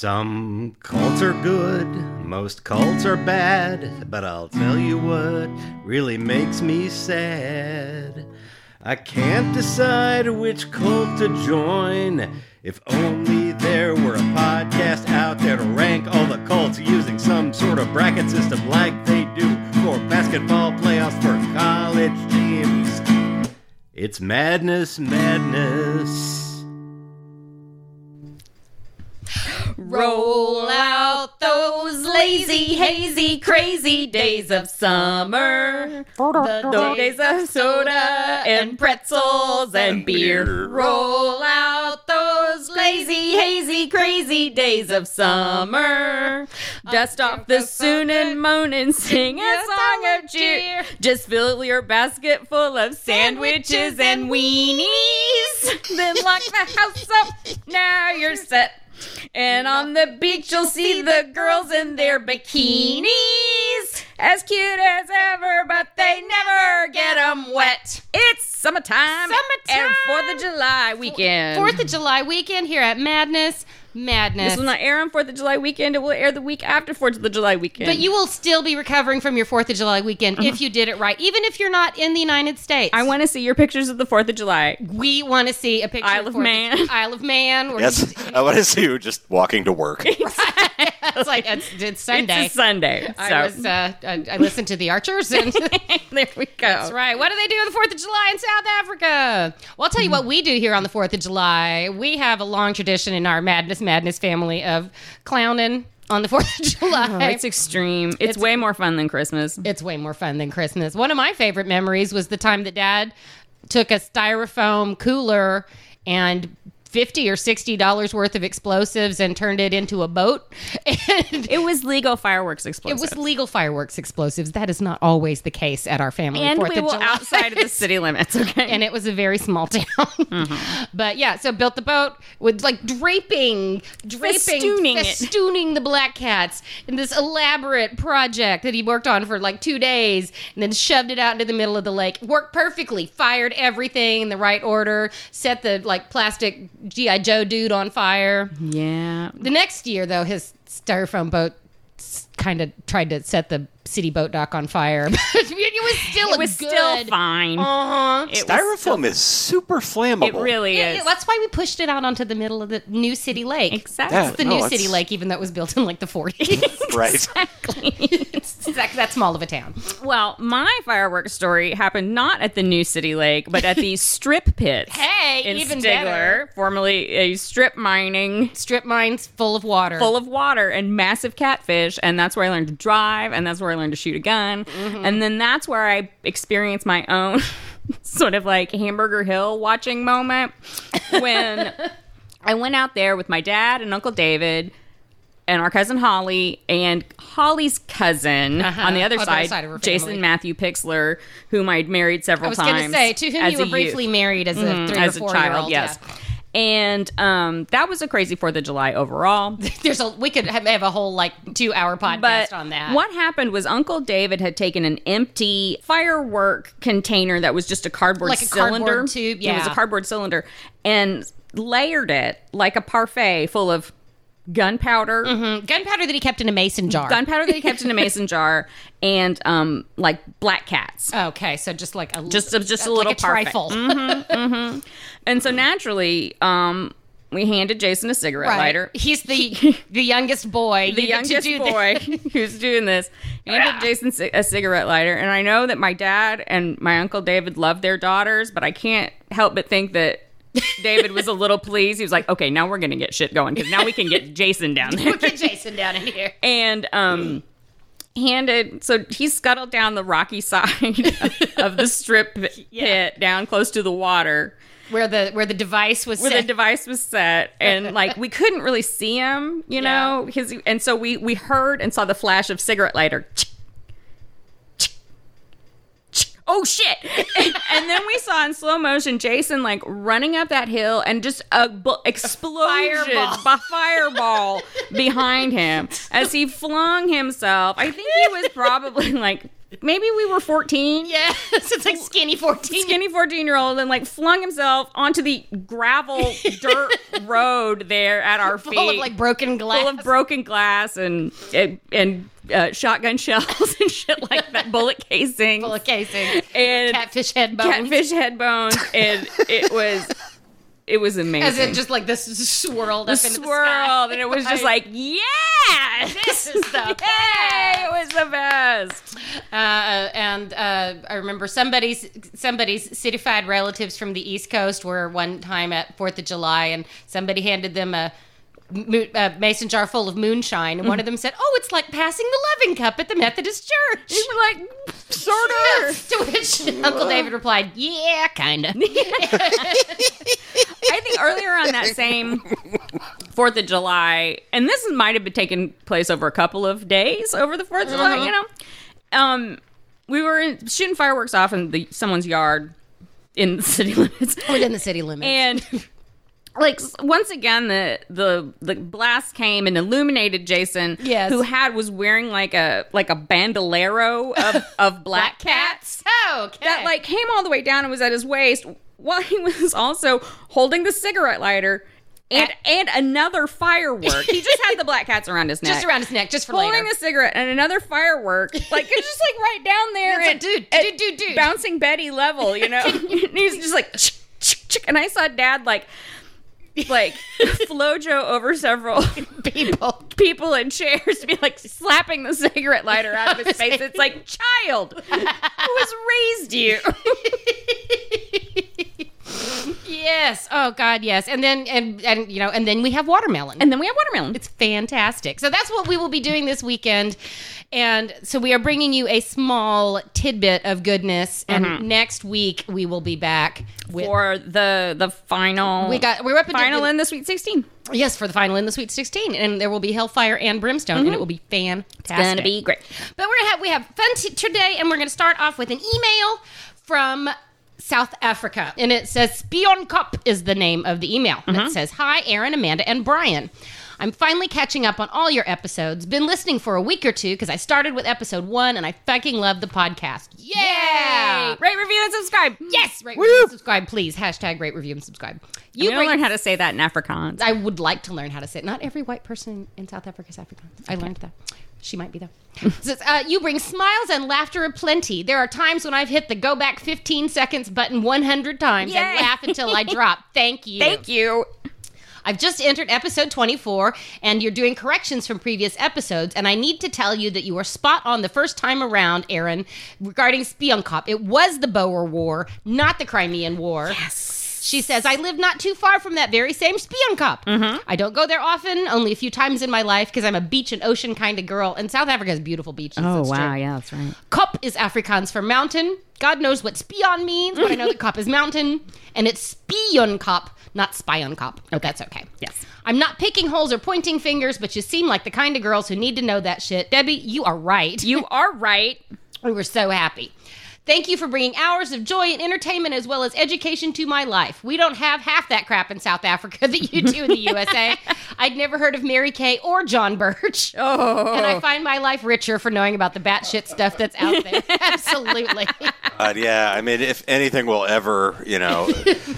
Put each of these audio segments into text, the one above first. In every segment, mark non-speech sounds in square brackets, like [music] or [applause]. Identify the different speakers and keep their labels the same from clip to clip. Speaker 1: Some cults are good, most cults are bad, but I'll tell you what really makes me sad. I can't decide which cult to join. If only there were a podcast out there to rank all the cults using some sort of bracket system like they do for basketball playoffs for college teams. It's madness, madness.
Speaker 2: Roll out those lazy, hazy, crazy days of summer. The days of soda and pretzels and beer. Roll out those lazy, hazy, crazy days of summer. Dust off the soon and moan and sing a song of cheer. Just fill your basket full of sandwiches and weenies. [laughs] Then lock the house up. Now you're set. And on the beach, you'll see the girls in their bikinis. As cute as ever, but they never get 'em wet. It's summertime.
Speaker 3: Summertime.
Speaker 2: And 4th of July weekend.
Speaker 3: Fourth of July weekend here at Madness. Madness.
Speaker 2: This will not air on 4th of July weekend. It will air the week after 4th of the July weekend.
Speaker 3: but you will still be recovering from your Fourth of July weekend if you did it right, even if you're not in the United States.
Speaker 2: Mm-hmm. I want to see your pictures of the 4th of July.
Speaker 3: We want to see a picture.
Speaker 2: Isle of
Speaker 3: Fourth
Speaker 2: Man.
Speaker 3: [laughs] Isle of Man. Where [laughs]
Speaker 4: Yes, I want to see you just walking to work.
Speaker 3: it's like it's, it's Sunday.
Speaker 2: It's a Sunday. So
Speaker 3: I was. Uh, I, I listened to the Archers, and
Speaker 2: [laughs]
Speaker 3: [laughs]
Speaker 2: there we go.
Speaker 3: that's right. What do they do on the Fourth of July in South Africa? Well, I'll tell you what we do here on the Fourth of July. We have a long tradition in our Madness Madness family of clowning on the Fourth of [laughs] July.
Speaker 2: Oh, it's extreme. It's, way more fun than Christmas.
Speaker 3: it's way more fun than Christmas. One of my favorite memories was the time that dad took a styrofoam cooler and 50 or 60 dollars worth of explosives and turned it into a boat [laughs] and
Speaker 2: It was legal fireworks
Speaker 3: it
Speaker 2: explosive.
Speaker 3: was legal fireworks explosives that is not always the case at our family
Speaker 2: and
Speaker 3: Fourth
Speaker 2: we
Speaker 3: of
Speaker 2: were
Speaker 3: July.
Speaker 2: outside of the city limits. Okay.
Speaker 3: [laughs] and it was a very small town but yeah so built the boat with like draping draping
Speaker 2: Festooning it.
Speaker 3: festooning the black cats in this elaborate project that he worked on for like two days and then shoved it out into the middle of the lake worked perfectly fired everything in the right order set the like plastic gi joe dude on fire
Speaker 2: yeah.
Speaker 3: the next year though his styrofoam boat kind of tried to set the city boat dock on fire [laughs] but it was still a
Speaker 2: It was
Speaker 3: good
Speaker 2: still fine. It
Speaker 3: uh-huh
Speaker 2: was-
Speaker 4: Styrofoam is super flammable.
Speaker 2: it really
Speaker 3: Yeah,
Speaker 2: is.
Speaker 3: yeah, that's why we pushed it out onto the middle of the new city lake.
Speaker 2: exactly.
Speaker 4: Yeah.
Speaker 3: It's the
Speaker 4: No,
Speaker 3: new
Speaker 4: it's-
Speaker 3: city lake, even though it was built in like
Speaker 2: [laughs]
Speaker 3: the 40s. [laughs]
Speaker 4: right.
Speaker 3: it's that, that small of a town.
Speaker 2: Well, my fireworks story happened not at the new city lake, but at
Speaker 3: [laughs]
Speaker 2: the strip pits.
Speaker 3: Hey,
Speaker 2: in
Speaker 3: even
Speaker 2: Stigler,
Speaker 3: better.
Speaker 2: formerly a strip mining
Speaker 3: Strip mines full of water.
Speaker 2: full of water and massive catfish and that's where i learned to drive and that's where i learned to shoot a gun
Speaker 3: Mm-hmm.
Speaker 2: and then that's where i experienced my own [laughs] sort of like hamburger hill watching moment
Speaker 3: [laughs]
Speaker 2: when i went out there with my dad and uncle david and our cousin Holly and Holly's cousin on the other
Speaker 3: Uh-huh. On the other
Speaker 2: side,
Speaker 3: side of her family.
Speaker 2: Jason Matthew Pixler, whom I'd married several
Speaker 3: I was
Speaker 2: times.
Speaker 3: going to say, to whom
Speaker 2: as
Speaker 3: you
Speaker 2: a
Speaker 3: were briefly
Speaker 2: youth Mm-hmm.
Speaker 3: married as a three
Speaker 2: as
Speaker 3: or
Speaker 2: a
Speaker 3: four year
Speaker 2: child,
Speaker 3: old.
Speaker 2: yes. And um, that was a crazy Fourth of July
Speaker 3: [laughs]
Speaker 2: overall.
Speaker 3: There's a we could have, have a whole like two hour podcast
Speaker 2: But
Speaker 3: on that.
Speaker 2: what happened was Uncle David had taken an empty firework container that was just a cardboard
Speaker 3: Like a
Speaker 2: cylinder.
Speaker 3: cardboard tube,
Speaker 2: It was a
Speaker 3: yeah.
Speaker 2: cardboard cylinder and layered it like a parfait full of gunpowder.
Speaker 3: Mm-hmm. Gunpowder that he kept in a mason jar.
Speaker 2: Gunpowder that he kept in
Speaker 3: [laughs]
Speaker 2: a mason jar and um like black cats.
Speaker 3: okay, so just like a
Speaker 2: Just-
Speaker 3: little-
Speaker 2: just a
Speaker 3: Oh, like
Speaker 2: little Mm-hmm.
Speaker 3: a
Speaker 2: parfait.
Speaker 3: trifle.
Speaker 2: And so naturally, um we handed Jason a cigarette
Speaker 3: Right.
Speaker 2: lighter.
Speaker 3: [laughs] He's
Speaker 2: [laughs]
Speaker 3: the the youngest boy.
Speaker 2: the
Speaker 3: You get to
Speaker 2: youngest
Speaker 3: do that.
Speaker 2: boy [laughs] who's doing this handed Jason ci- a cigarette lighter. And I know that my dad and my uncle David love their daughters, but I can't help but think that David was a little pleased. He was like, okay, now we're going to get shit going because now we can get Jason down there.
Speaker 3: Get [laughs] Jason down in here.
Speaker 2: And, um, handed so he scuttled down the rocky [laughs] side of the strip pit down close to the water
Speaker 3: Where the where the device was
Speaker 2: [laughs] where
Speaker 3: set. [laughs]
Speaker 2: the device was set and like we couldn't really see him you know his and so we we heard and saw the flash of cigarette lighter oh shit [laughs] and then we saw in slow motion jason like running up that hill and just a bu- explosion
Speaker 3: Fireball.
Speaker 2: by fireball behind him as he flung himself i think he was probably like maybe we were 14.
Speaker 3: Yes, it's like skinny 14.
Speaker 2: Skinny 14 year old and like flung himself onto the gravel
Speaker 3: [laughs]
Speaker 2: dirt road there at our feet.
Speaker 3: Full of like broken glass.
Speaker 2: full of broken glass and and, and uh, shotgun shells [laughs] and shit like that, bullet casing,
Speaker 3: Full of [laughs] casing.
Speaker 2: and
Speaker 3: Catfish head bones.
Speaker 2: catfish head bones, and it was it was amazing.
Speaker 3: As it just like this swirled up into the sky.
Speaker 2: swirled, and it was just
Speaker 3: Right.
Speaker 2: like, yeah,
Speaker 3: [laughs] This is [laughs] the
Speaker 2: [laughs] Yay! It was the best.
Speaker 3: Uh, and uh, I remember somebody's somebody's citified relatives from the East Coast were one time at Fourth of July, and somebody handed them a, mo- a mason jar full of moonshine, and one of them said, "Oh, it's like passing the loving cup at the Methodist Church."
Speaker 2: We were like,
Speaker 3: [laughs]
Speaker 2: sort of.
Speaker 3: to which [laughs] Uncle David replied, "Yeah, kind [laughs] of."
Speaker 2: I think earlier on that same Fourth of July, and this might have been taking place over a couple of days over the 4th of July. You know, um, we were in- shooting fireworks off in the, someone's yard in the [laughs] city limits,
Speaker 3: Within the city limits,
Speaker 2: and like s- once again the the the blast came and illuminated Jason,
Speaker 3: Yes.
Speaker 2: who had was wearing like a like a bandolero of of black cats
Speaker 3: Oh, okay.
Speaker 2: that like came all the way down and was at his waist while he was also holding the cigarette lighter
Speaker 3: Eh.
Speaker 2: and and another firework. he just had the black cats around his neck.
Speaker 3: [laughs] just around his neck, just for
Speaker 2: Holding
Speaker 3: later.
Speaker 2: a cigarette and another firework, like it's just like right down there,
Speaker 3: It's like,
Speaker 2: and
Speaker 3: dude,
Speaker 2: at
Speaker 3: dude, dude, dude.
Speaker 2: bouncing Betty level, you
Speaker 3: [laughs]
Speaker 2: know. [laughs] and he's just like, "Chick, chick, chick," and I saw Dad like,
Speaker 3: [laughs]
Speaker 2: like flojo over several
Speaker 3: people.
Speaker 2: people in chairs to be like slapping the cigarette lighter out [laughs] of his face. It's like, child, who has raised you?
Speaker 3: [laughs] Yes. Oh God. Yes. And then and and you know and then we have watermelon.
Speaker 2: [laughs] And then we have watermelon.
Speaker 3: It's fantastic. So that's what we will be doing this weekend. And so we are bringing you a small tidbit of goodness. And next week we will be back with.
Speaker 2: for the the final.
Speaker 3: we got we're up into
Speaker 2: final
Speaker 3: the,
Speaker 2: in the Sweet Sixteen.
Speaker 3: yes for the final in the Sweet Sixteen, and there will be hellfire and brimstone, and it will Mm-hmm. be fantastic.
Speaker 2: great.
Speaker 3: But we're gonna have we have fun t- today, and we're gonna start off with an email from South Africa, and it says Spion Cup is the name of the email. And it says, "Hi, Aaron, Amanda, and Brian." I'm finally catching up on all your episodes. Been listening for a week or two because I started with episode one and I fucking love the podcast. Yeah!
Speaker 2: Yay! Rate, review, and subscribe.
Speaker 3: Yes! Rate, review, and subscribe, please. Hashtag rate, review, and subscribe. You
Speaker 2: You don't
Speaker 3: bring-
Speaker 2: learn how to say that in Afrikaans.
Speaker 3: I would like to learn how to sit. Not every white person in South Africa is Afrikaans. I learned that. She might be though. [laughs] Says, uh, you bring smiles and laughter aplenty. There are times when I've hit the go back 15 seconds button 100 times and
Speaker 2: Yay.
Speaker 3: laugh until I drop.
Speaker 2: [laughs]
Speaker 3: Thank you.
Speaker 2: Thank you.
Speaker 3: I've just entered episode 24 and you're doing corrections from previous episodes. And I need to tell you that you were spot on the first time around, Aaron, regarding Spionkop. It was the Boer War, not the Crimean War. She says, I live not too far from that very same Spion Cup. I don't go there often, only a few times in my life because I'm a beach and ocean kind of girl, and South Africa has beautiful beaches.
Speaker 2: Oh,
Speaker 3: that's true.
Speaker 2: yeah, that's right.
Speaker 3: Kop is Afrikaans for mountain. God knows what spion means, but I know that kop is mountain, and it's spion kop, not spion kop. But that's okay.
Speaker 2: Yes.
Speaker 3: I'm not picking holes or pointing fingers, but you seem like the kind of girls who need to know that shit. Debbie, you are right.
Speaker 2: You are right. [laughs]
Speaker 3: We were so happy. Thank you for bringing hours of joy and entertainment as well as education to my life. We don't have half that crap in South Africa [laughs] that you do in the
Speaker 2: [laughs]
Speaker 3: USA. I'd never heard of Mary Kay or John Birch.
Speaker 2: Oh,
Speaker 3: And I find my life richer for knowing about the batshit stuff that's
Speaker 2: [laughs]
Speaker 3: out there. Absolutely.
Speaker 4: God, yeah, I mean, if anything will ever, you
Speaker 3: [laughs]
Speaker 4: know,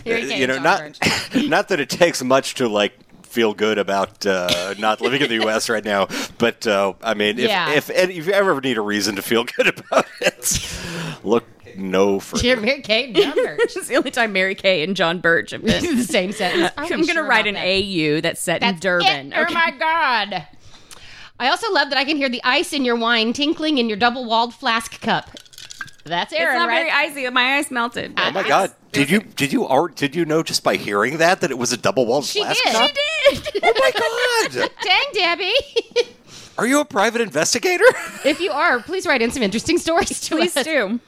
Speaker 4: you know,
Speaker 3: John
Speaker 4: not [laughs] not that it takes much to like feel good about uh, not living in the U.S. right now, but uh, I mean, if
Speaker 3: Yeah.
Speaker 4: if, any, if you ever need a reason to feel [laughs] good about it, look no further.
Speaker 3: Dear Mary Kay and John Birch.
Speaker 2: [laughs] this is the only time Mary Kay and John Birch have been. [laughs]
Speaker 3: the same sentence. Are
Speaker 2: I'm
Speaker 3: we
Speaker 2: gonna
Speaker 3: sure
Speaker 2: write
Speaker 3: about
Speaker 2: an
Speaker 3: that?
Speaker 2: AU that's set in Durban.
Speaker 3: It. Oh my god. I also love that I can hear the ice in your wine tinkling in your double walled flask cup. That's
Speaker 2: It's
Speaker 3: Aaron,
Speaker 2: not
Speaker 3: right?
Speaker 2: very icy. My eyes melted.
Speaker 4: Oh my God! Did
Speaker 3: [laughs]
Speaker 4: you did you ar- did you know just by hearing that that it was a double walled
Speaker 3: She
Speaker 4: flask?
Speaker 3: did.
Speaker 4: cup?
Speaker 3: She did. [laughs]
Speaker 4: Oh my God!
Speaker 3: Dang, Debbie. [laughs]
Speaker 4: Are you a private investigator?
Speaker 3: if you are, please write in some interesting stories to
Speaker 2: Please
Speaker 3: us.
Speaker 2: do.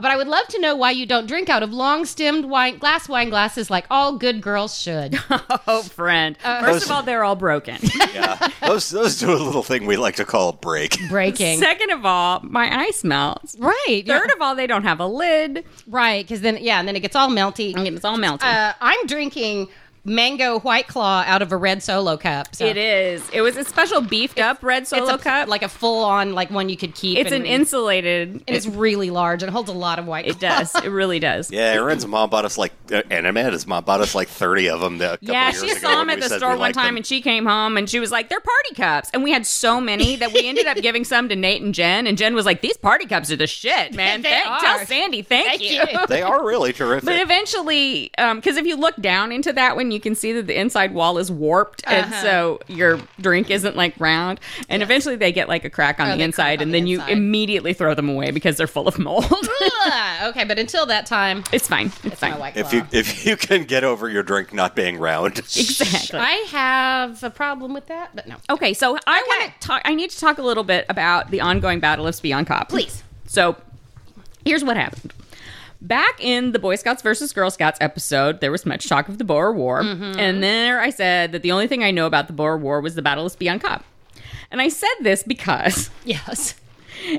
Speaker 3: But I would love to know why you don't drink out of long stemmed wine glass wine glasses like all good girls should.
Speaker 2: [laughs] [laughs] Oh, friend.
Speaker 3: Uh,
Speaker 2: First of all, they're all
Speaker 3: [laughs]
Speaker 2: broken.
Speaker 4: yeah, those those do a little thing we like to call a break.
Speaker 3: Breaking.
Speaker 2: Second of all, my ice melts.
Speaker 3: right. yeah.
Speaker 2: Third of all, they don't have a lid.
Speaker 3: Right, because then yeah, and then it gets all melty.
Speaker 2: It's all melted.
Speaker 3: Uh, I'm drinking mango white claw out of a red solo cup. So
Speaker 2: It is. It was a special beefed up red
Speaker 3: It's
Speaker 2: solo
Speaker 3: a,
Speaker 2: cup.
Speaker 3: like a full on like one you could keep.
Speaker 2: it's an
Speaker 3: and re-
Speaker 2: insulated.
Speaker 3: and it's really large and holds a lot of white.
Speaker 2: It
Speaker 3: claw. [laughs]
Speaker 2: does. It really does.
Speaker 4: Yeah, Aaron's mom bought us like uh, and Amanda's mom bought us like thirty of them. A couple
Speaker 2: Yeah,
Speaker 4: years
Speaker 2: she
Speaker 4: ago
Speaker 2: saw them
Speaker 4: when
Speaker 2: at
Speaker 4: we
Speaker 2: the
Speaker 4: said we
Speaker 2: store one
Speaker 4: liked
Speaker 2: time
Speaker 4: them.
Speaker 2: and she came home and she was like, they're party cups. And we had so many that we ended up
Speaker 3: [laughs]
Speaker 2: giving some to Nate and Jen. And Jen was like, these party cups are the shit, man.
Speaker 3: They
Speaker 2: Thank- Tell
Speaker 3: are.
Speaker 2: Sandy, [laughs] thank,
Speaker 3: Thank
Speaker 2: you.
Speaker 3: you.
Speaker 4: they are really
Speaker 2: [laughs] But
Speaker 4: terrific.
Speaker 2: eventually, because if you look down into that one, you can see that the inside wall is warped. And
Speaker 3: Uh-huh.
Speaker 2: so your drink isn't like round. And eventually they get like a crack on
Speaker 3: Oh,
Speaker 2: the
Speaker 3: they
Speaker 2: inside.
Speaker 3: crack on
Speaker 2: and
Speaker 3: the
Speaker 2: then
Speaker 3: inside.
Speaker 2: you immediately throw them away because they're full of mold. [laughs]
Speaker 3: Ugh. [laughs] okay, but until that time,
Speaker 2: it's fine. It's,
Speaker 3: it's
Speaker 2: fine.
Speaker 3: my white claw.
Speaker 4: if you if you can get over your drink not being round,
Speaker 2: Exactly.
Speaker 3: I have a problem with that, but no.
Speaker 2: Okay, so I
Speaker 3: Okay.
Speaker 2: want to talk. I need to talk a little bit about the ongoing battle of Spee on Cop.
Speaker 3: Please.
Speaker 2: So, here's what happened. Back in the Boy Scouts versus Girl Scouts episode, there was much talk of the Boer War,
Speaker 3: Mm-hmm.
Speaker 2: and there I said that the only thing I know about the Boer War was the Battle of Spee on Cop. And I said this because
Speaker 3: Yes.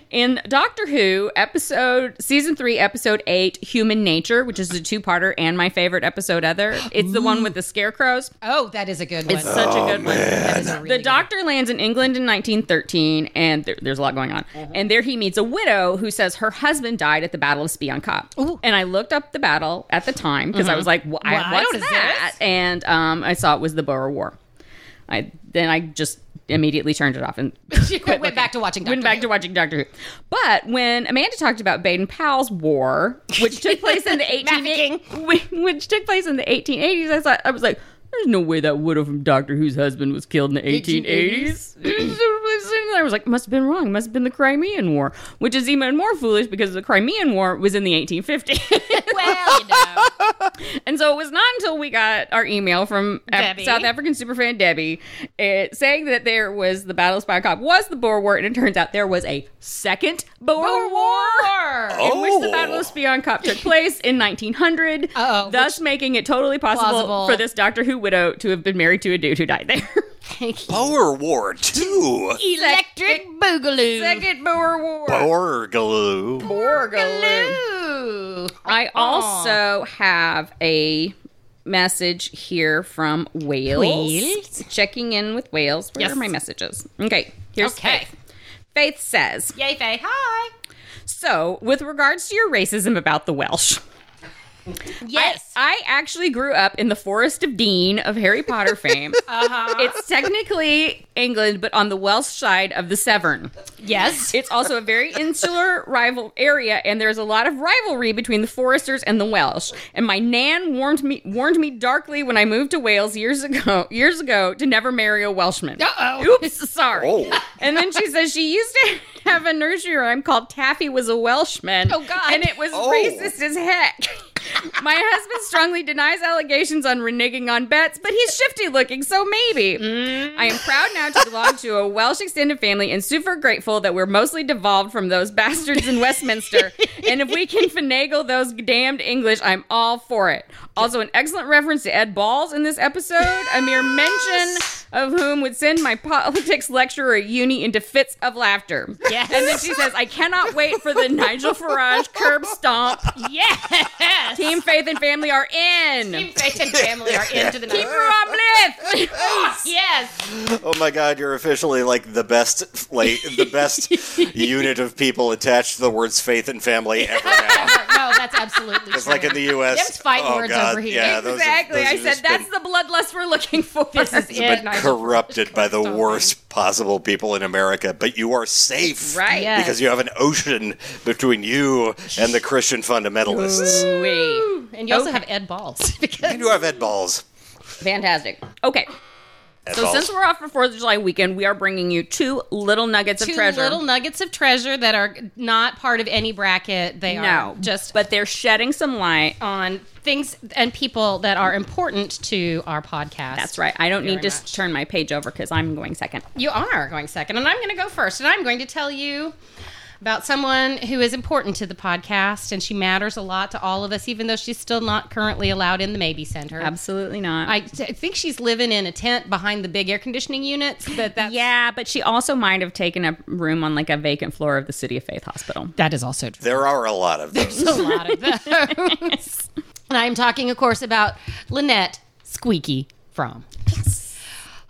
Speaker 2: in Doctor Who episode season three episode eight, Human Nature, which is a two-parter and my favorite episode other, it's the one with the scarecrows.
Speaker 3: Oh, that is a good one.
Speaker 2: It's such a good one.
Speaker 3: That is a really
Speaker 2: The doctor lands in England in 1913, and there, there's a lot going on.
Speaker 3: Uh-huh.
Speaker 2: And there he meets a widow who says her husband died at the Battle of Spion Kop.
Speaker 3: Ooh.
Speaker 2: And I looked up the battle at the time because I was like, "Wh- I-
Speaker 3: What
Speaker 2: "What's
Speaker 3: is
Speaker 2: that?" And um, I saw it was the Boer War. I then I just immediately turned it off and
Speaker 3: good.
Speaker 2: [laughs]
Speaker 3: She went back to watching. Doctor
Speaker 2: went back to watching Doctor Who. But when Amanda talked about Baden Powell's war, which [laughs] took place in the eighteen, [laughs] which took place in the eighteen eighties, I thought I was like, "There's no way that widow from Doctor Who's husband was killed in the eighteen eighties. [clears throat] I was like, "Must have been wrong. Must have been the Crimean War," which is even more foolish because the Crimean War was in the eighteen fifties. [laughs]
Speaker 3: Who. Well, you [laughs] know.
Speaker 2: And so it was not until we got our email from Af-
Speaker 3: Debbie.
Speaker 2: South African superfan Debbie eh, saying that there was the Battle of Spy Cop was the Boer War, and it turns out there was a second Boer, War. In which the
Speaker 4: Oh.
Speaker 2: Battle of Spion Cop took place in 1900,
Speaker 3: [laughs] Uh-oh,
Speaker 2: thus making it totally possible
Speaker 3: Plausible.
Speaker 2: for this Doctor Who widow to have been married to a dude who died there.
Speaker 4: Boer War Two,
Speaker 3: Electric Boogaloo.
Speaker 2: Oh. Second Boer War.
Speaker 4: Borgaloo.
Speaker 2: Borgaloo.
Speaker 3: Boogaloo.
Speaker 2: I also have a message here from Wales.
Speaker 3: Wales?
Speaker 2: Checking in with Wales. Where
Speaker 3: Yes.
Speaker 2: are my messages? Okay, here's
Speaker 3: Okay.
Speaker 2: Faith. Faith says,
Speaker 3: Yay, Faye. Hi.
Speaker 2: so with regards to your racism about the Welsh.
Speaker 3: Yes.
Speaker 2: I actually grew up in the Forest of Dean of Harry Potter fame.
Speaker 3: [laughs] uh-huh.
Speaker 2: It's technically England, but on the Welsh side of the Severn.
Speaker 3: yes.
Speaker 2: It's also a very insular rival area, and there's a lot of rivalry between the Foresters and the Welsh. And my nan warned me warned me darkly when I moved to Wales years ago years ago to never marry a Welshman.
Speaker 3: Uh-oh.
Speaker 2: Oops, sorry.
Speaker 4: Oh.
Speaker 2: And then she says she used to have a nursery rhyme called Taffy was a Welshman.
Speaker 3: Oh, God.
Speaker 2: And it was
Speaker 4: Oh.
Speaker 2: racist as heck. My husband strongly denies allegations on reneging on bets, but he's shifty looking, so maybe.
Speaker 3: Mm.
Speaker 2: I am proud now to belong to a Welsh extended family and super grateful that we're mostly devolved from those bastards in Westminster. and if we can finagle those damned English, I'm all for it. Also, an excellent reference to Ed Balls in this episode, a mere mention of whom would send my politics lecturer at uni into fits of laughter.
Speaker 3: Yes.
Speaker 2: And then she says, I cannot wait for the Nigel Farage curb stomp.
Speaker 3: yes.
Speaker 2: Team Faith and Family are in.
Speaker 3: Team Faith and family are into the night.
Speaker 2: Rob Lift!
Speaker 3: Yes.
Speaker 4: Oh my God, you're officially like the best, like the
Speaker 2: [laughs]
Speaker 4: best unit of people attached to the words faith and family ever now.
Speaker 2: [laughs]
Speaker 3: No, that's absolutely
Speaker 4: It's like in the U.S.
Speaker 3: Them's fighting
Speaker 4: oh
Speaker 3: words
Speaker 4: God,
Speaker 3: over here.
Speaker 4: Yeah, those have-
Speaker 2: Exactly.
Speaker 4: those have
Speaker 2: I said
Speaker 4: just
Speaker 2: that's
Speaker 4: been
Speaker 2: the bloodlust we're looking for.
Speaker 3: This
Speaker 2: [laughs]
Speaker 3: is it.
Speaker 4: been
Speaker 3: Nigel.
Speaker 4: corrupted by the worst possible people in America, but you are safe,
Speaker 2: Right.
Speaker 3: Yes.
Speaker 4: Because you have an ocean between you and the Christian fundamentalists.
Speaker 2: Wait.
Speaker 3: And you also have Ed Balls. [laughs] Because
Speaker 4: And you have head balls.
Speaker 2: Fantastic. Okay.
Speaker 4: Head
Speaker 2: So
Speaker 4: balls.
Speaker 2: since we're off for Fourth of July weekend, we are bringing you two little nuggets
Speaker 3: two
Speaker 2: of treasure.
Speaker 3: little nuggets of treasure that are not part of any bracket. They
Speaker 2: no,
Speaker 3: are just Oh,
Speaker 2: but they're shedding some light
Speaker 3: on things and people that are important to our podcast.
Speaker 2: That's right. I don't need to
Speaker 3: much.
Speaker 2: turn my page over because I'm going second.
Speaker 3: You are going second, and I'm going to go first, and I'm going to tell you about someone who is important to the podcast, and she matters a lot to all of us, even though she's still not currently allowed in the Maybe Center.
Speaker 2: Absolutely not.
Speaker 3: I, t- I think she's living in a tent behind the big air conditioning units, but that's,
Speaker 2: yeah, but she also might have taken a room on like a vacant floor of the City of Faith Hospital.
Speaker 3: that is also true.
Speaker 4: there are a
Speaker 2: [laughs]
Speaker 3: [laughs]
Speaker 4: lot of those.
Speaker 3: a lot of those. and I'm talking, of course, about Lynette Squeaky from.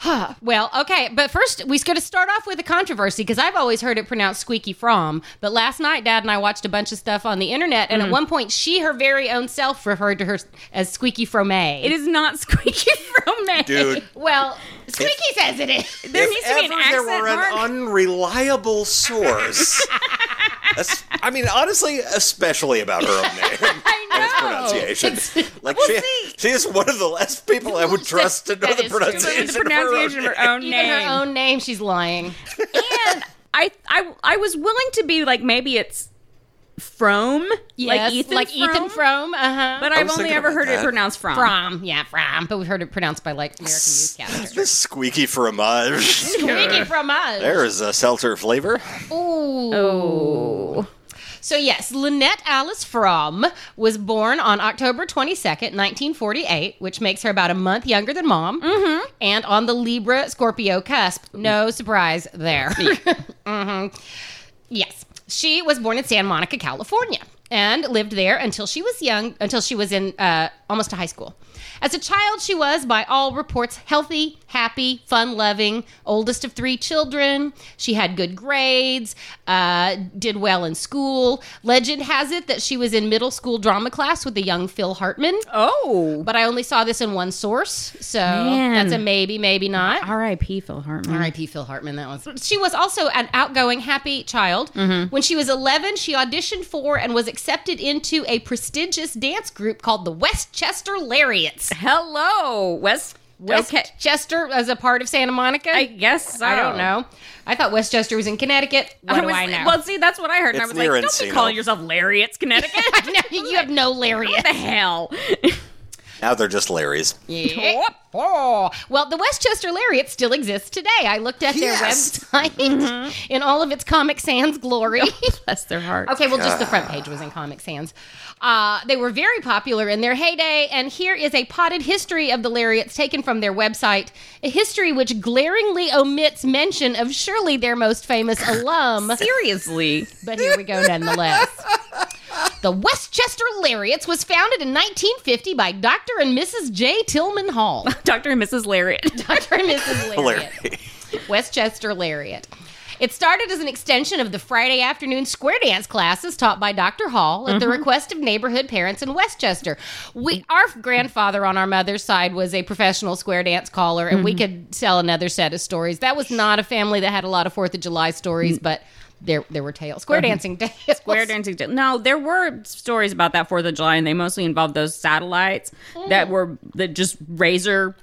Speaker 3: Huh. Well, okay, but first we're going to start off with a controversy because I've always heard it pronounced squeaky from. But last night, Dad and I watched a bunch of stuff on the internet,
Speaker 2: Mm.
Speaker 3: and at one point, she, her very own self, referred to her as squeaky from A.
Speaker 2: It is not [laughs] squeaky from me.
Speaker 4: Dude.
Speaker 3: well, squeaky says it is.
Speaker 2: There
Speaker 4: if
Speaker 2: needs to be an
Speaker 4: ever there
Speaker 2: accent
Speaker 4: were an
Speaker 2: mark.
Speaker 4: unreliable
Speaker 2: [laughs]
Speaker 4: source. That's, I mean, honestly, especially about her own
Speaker 2: [laughs]
Speaker 4: name and its pronunciation. Like she, she is one of the last people I would trust to know
Speaker 3: That
Speaker 4: the
Speaker 3: is true. But it's
Speaker 4: pronunciation,
Speaker 2: the
Speaker 4: of her own
Speaker 2: pronunciation of her own
Speaker 3: Even
Speaker 2: name.
Speaker 3: her own name, she's lying.
Speaker 2: and I, I, I was willing to be like maybe it's from
Speaker 3: Yes,
Speaker 2: like Ethan,
Speaker 3: like
Speaker 2: Frome,
Speaker 3: Ethan Frome. Uh huh.
Speaker 2: but
Speaker 4: I
Speaker 2: I've
Speaker 4: was
Speaker 2: only
Speaker 4: thinking
Speaker 2: ever
Speaker 4: about
Speaker 2: heard it
Speaker 4: that.
Speaker 2: pronounced from.
Speaker 3: from, yeah, from. But we've heard it pronounced by like American newscasters.
Speaker 4: This squeaky fromage.
Speaker 3: Squeaky from us.
Speaker 4: There is a seltzer flavor.
Speaker 3: Ooh.
Speaker 2: Oh,
Speaker 3: So yes, Lynette Alice Fromm was born on October 22nd, 1948, which makes her about a month younger than mom, mm-hmm. and on the Libra Scorpio cusp. No surprise there. Mhm. Yes, she was born in San Monica, California, and lived there until she was young, until she was in uh, almost to high school. As a child, she was, by all reports, healthy, happy, fun loving, oldest of three children. She had good grades, uh, did well in school. Legend has it that she was in middle school drama class with the young Phil Hartman,
Speaker 2: oh,
Speaker 3: but I only saw this in one source, so
Speaker 2: Man.
Speaker 3: that's a maybe, maybe not.
Speaker 2: R.I.P. Phil Hartman.
Speaker 3: R.I.P. Phil Hartman. That was. She was also an outgoing, happy child.
Speaker 2: Mm-hmm.
Speaker 3: When she was 11, she auditioned for and was accepted into a prestigious dance group called the Westchester Lariats.
Speaker 2: Hello, West. [laughs] okay,
Speaker 3: Westchester as a part of Santa Monica.
Speaker 2: I guess so.
Speaker 3: I don't know. I thought Westchester was in Connecticut. What
Speaker 2: I
Speaker 3: do
Speaker 2: was-
Speaker 3: I know? [laughs]
Speaker 2: Well, see, that's what I heard, and I
Speaker 4: It's
Speaker 2: was like,
Speaker 4: near
Speaker 2: "Don't be
Speaker 4: Encino.
Speaker 2: calling yourself Larry. It's Connecticut. [laughs]
Speaker 3: you have no lariat.
Speaker 2: what the hell?"
Speaker 4: Now they're just Larry's.
Speaker 3: Yeah. Oh. Well, the Westchester Lariat still exists today. I looked at their
Speaker 4: Yes.
Speaker 3: website
Speaker 2: Mm-hmm.
Speaker 3: [laughs] in all of its Comic Sans glory. [laughs]
Speaker 2: Bless their heart.
Speaker 3: Okay, well, just the front page was in Comic Sans. Uh, they were very popular in their heyday, and here is a potted history of the lariats taken from their website, a history which glaringly omits mention of surely their most famous
Speaker 2: [laughs]
Speaker 3: alum,
Speaker 2: Oh, Seriously,
Speaker 3: but here we go nonetheless. The Westchester Lariats was founded in 1950 by Dr. and Mrs. J. Tillman Hall. [laughs]
Speaker 2: Doctor and Mrs. [laughs] Lariat.
Speaker 3: Dr. and Mrs.
Speaker 4: Larry.
Speaker 3: Lariat. Westchester Lariat. It started as an extension of the Friday afternoon square dance classes taught by Dr. Hall at the
Speaker 2: Mm-hmm.
Speaker 3: request of neighborhood parents in Westchester. We, our grandfather on our mother's side was a professional square dance caller, and
Speaker 2: Mm-hmm.
Speaker 3: we could tell another set of stories. That was not a family that had a lot of Fourth of July stories, but there there were tales. Square dancing tales.
Speaker 2: Mm. Mm-hmm.
Speaker 3: [laughs]
Speaker 2: Square dancing. Day. No, there were stories about that Fourth of July, and they mostly involved those satellites that were that just razor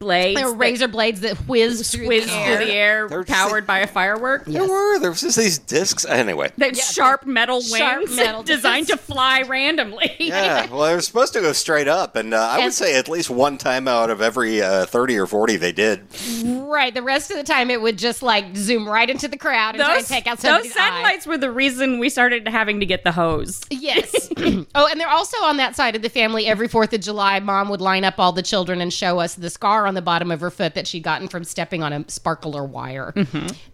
Speaker 2: blades,
Speaker 3: There were
Speaker 2: that
Speaker 3: razor blades that whizzed through
Speaker 2: whizzed
Speaker 3: the
Speaker 2: through
Speaker 3: air.
Speaker 2: the air,
Speaker 4: They're just
Speaker 2: powered by a firework.
Speaker 4: There were. There was just these discs. Anyway.
Speaker 2: That sharp metal wings
Speaker 3: sharp metal
Speaker 2: [laughs] designed to fly [laughs] randomly.
Speaker 4: Yeah, well, they were supposed to go straight up, and uh, I
Speaker 3: And-
Speaker 4: would say at least one time out of every uh, thirty or forty they did.
Speaker 3: Right. The rest of the time, it would just like zoom right into the crowd and try and
Speaker 2: Those,
Speaker 3: take out
Speaker 2: those
Speaker 3: somebody's eye.
Speaker 2: satellites were the reason we started having to get the hose.
Speaker 3: Yes. [clears throat] oh, and they're also on that side of the family. Every 4th of July, mom would line up all the children and show us the scar on the bottom of her foot that she'd gotten from stepping on a sparkler wire.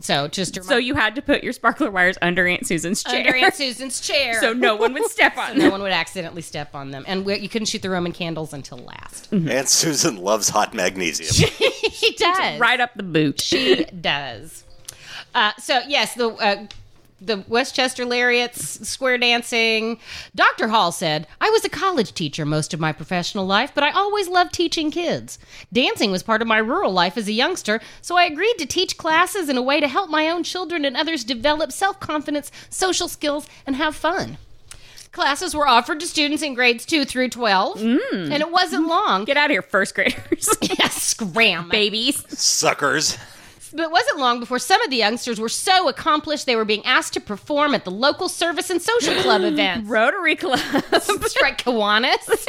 Speaker 3: So just to
Speaker 2: Mm-hmm. So
Speaker 3: remind
Speaker 2: you had to put your sparkler wires under Aunt Susan's chair, [laughs]
Speaker 3: under Aunt Susan's chair.
Speaker 2: so no one would step on
Speaker 3: no [laughs]
Speaker 2: them.
Speaker 3: one would accidentally step on them. And we, you couldn't shoot the Roman candles until last.
Speaker 2: Mm.
Speaker 4: Aunt Susan loves hot magnesium.
Speaker 3: [laughs] he does.
Speaker 2: Right up the boot.
Speaker 3: She does. Uh, so yes, the uh, the Westchester Lariats, square dancing. Dr. Hall said, "I was a college teacher most of my professional life, but I always loved teaching kids. Dancing was part of my rural life as a youngster, so I agreed to teach classes in a way to help my own children and others develop self-confidence, social skills, and have fun." Classes were offered to students in grades 2 through 12, and it wasn't long. [laughs]
Speaker 2: Get out of here, first graders.
Speaker 3: Scram.
Speaker 2: Babies.
Speaker 4: Suckers.
Speaker 3: But it wasn't long before some of the youngsters were so accomplished they were being asked to perform at the local service and social club events.
Speaker 2: Rotary Club.
Speaker 3: [laughs] That's right, Kiwanis,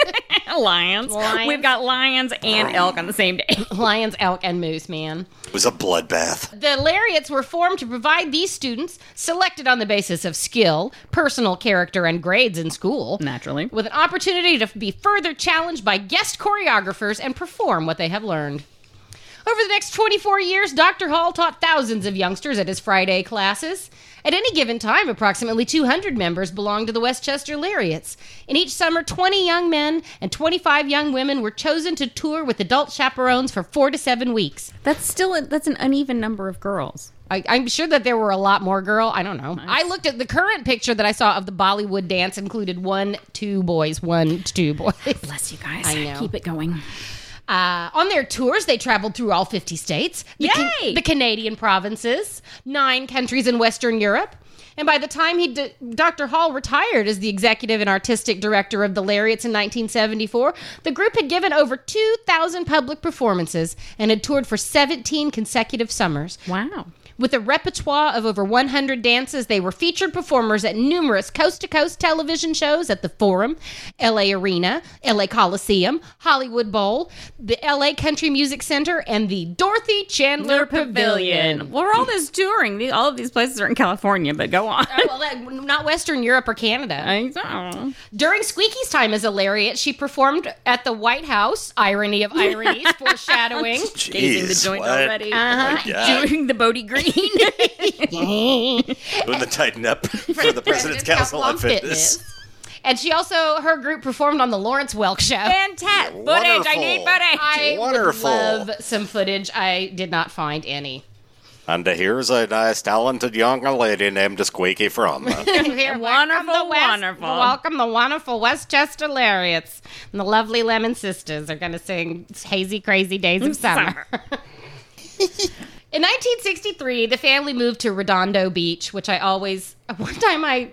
Speaker 2: [laughs] lions.
Speaker 3: Lions.
Speaker 2: We've got lions and elk on the same day. [laughs]
Speaker 3: lions, elk, and moose, man.
Speaker 4: It was a bloodbath.
Speaker 3: The lariats were formed to provide these students, selected on the basis of skill, personal character, and grades in school,
Speaker 2: Naturally.
Speaker 3: with an opportunity to be further challenged by guest choreographers and perform what they have learned. Over the next 24 years, Dr. Hall taught thousands of youngsters at his Friday classes. At any given time, approximately 200 members belonged to the Westchester Lariats. In each summer, 20 young men and 25 young women were chosen to tour with adult chaperones for four to seven weeks.
Speaker 2: That's still a, that's an uneven number of girls.
Speaker 3: I, I'm sure that there were a lot more girl. I don't know. I looked at the current picture that I saw of the Bollywood dance included one, two boys, one, two boys.
Speaker 2: Bless you guys.
Speaker 3: I know.
Speaker 2: Keep it going.
Speaker 3: Uh, on their tours, they traveled through all 50 states, the, Can-
Speaker 2: Yay!
Speaker 3: the Canadian provinces, nine countries in Western Europe. And by the time he, d- Dr. Hall retired as the executive and artistic director of the Lariats in 1974, the group had given over 2,000 public performances and had toured for 17 consecutive summers.
Speaker 2: Wow.
Speaker 3: With a repertoire of over 100 dances, they were featured performers at numerous coast to coast television shows at the Forum, LA Arena, LA Coliseum, Hollywood Bowl, the LA Country Music Center, and the Dorothy Chandler Pavilion.
Speaker 2: We're all this touring. The- All of these places are in California, but go on.
Speaker 3: Well, that, not Western Europe or Canada.
Speaker 2: [laughs] I don't.
Speaker 3: During Squeaky's time as a lariat, she performed at the White House. Irony of [laughs] ironies, foreshadowing.
Speaker 2: Gazing the
Speaker 4: Jeez,
Speaker 2: joint
Speaker 4: what?
Speaker 2: already.
Speaker 4: Oh my God.
Speaker 2: Uh-huh. Doing the Bodie [laughs] Green.
Speaker 4: Doing the tighten up for the President's Council on Fitness.
Speaker 3: And she also, her group performed on the Lawrence Welk Show.
Speaker 2: Fantastic. Footage. I need
Speaker 4: Wonderful.
Speaker 2: footage.
Speaker 3: I would
Speaker 4: Wonderful.
Speaker 3: love some footage. I did not find any.
Speaker 4: And here's a nice, talented young lady named Squeaky From.
Speaker 3: Here, welcome the
Speaker 2: Wonderful,
Speaker 3: West-
Speaker 2: wonderful.
Speaker 3: Welcome the wonderful Westchester Lariats. And the lovely Lemon Sisters are going to sing Hazy Crazy
Speaker 2: [laughs]
Speaker 3: Days of Summer. In 1963, the family moved to Redondo Beach, which I always, [laughs] one time I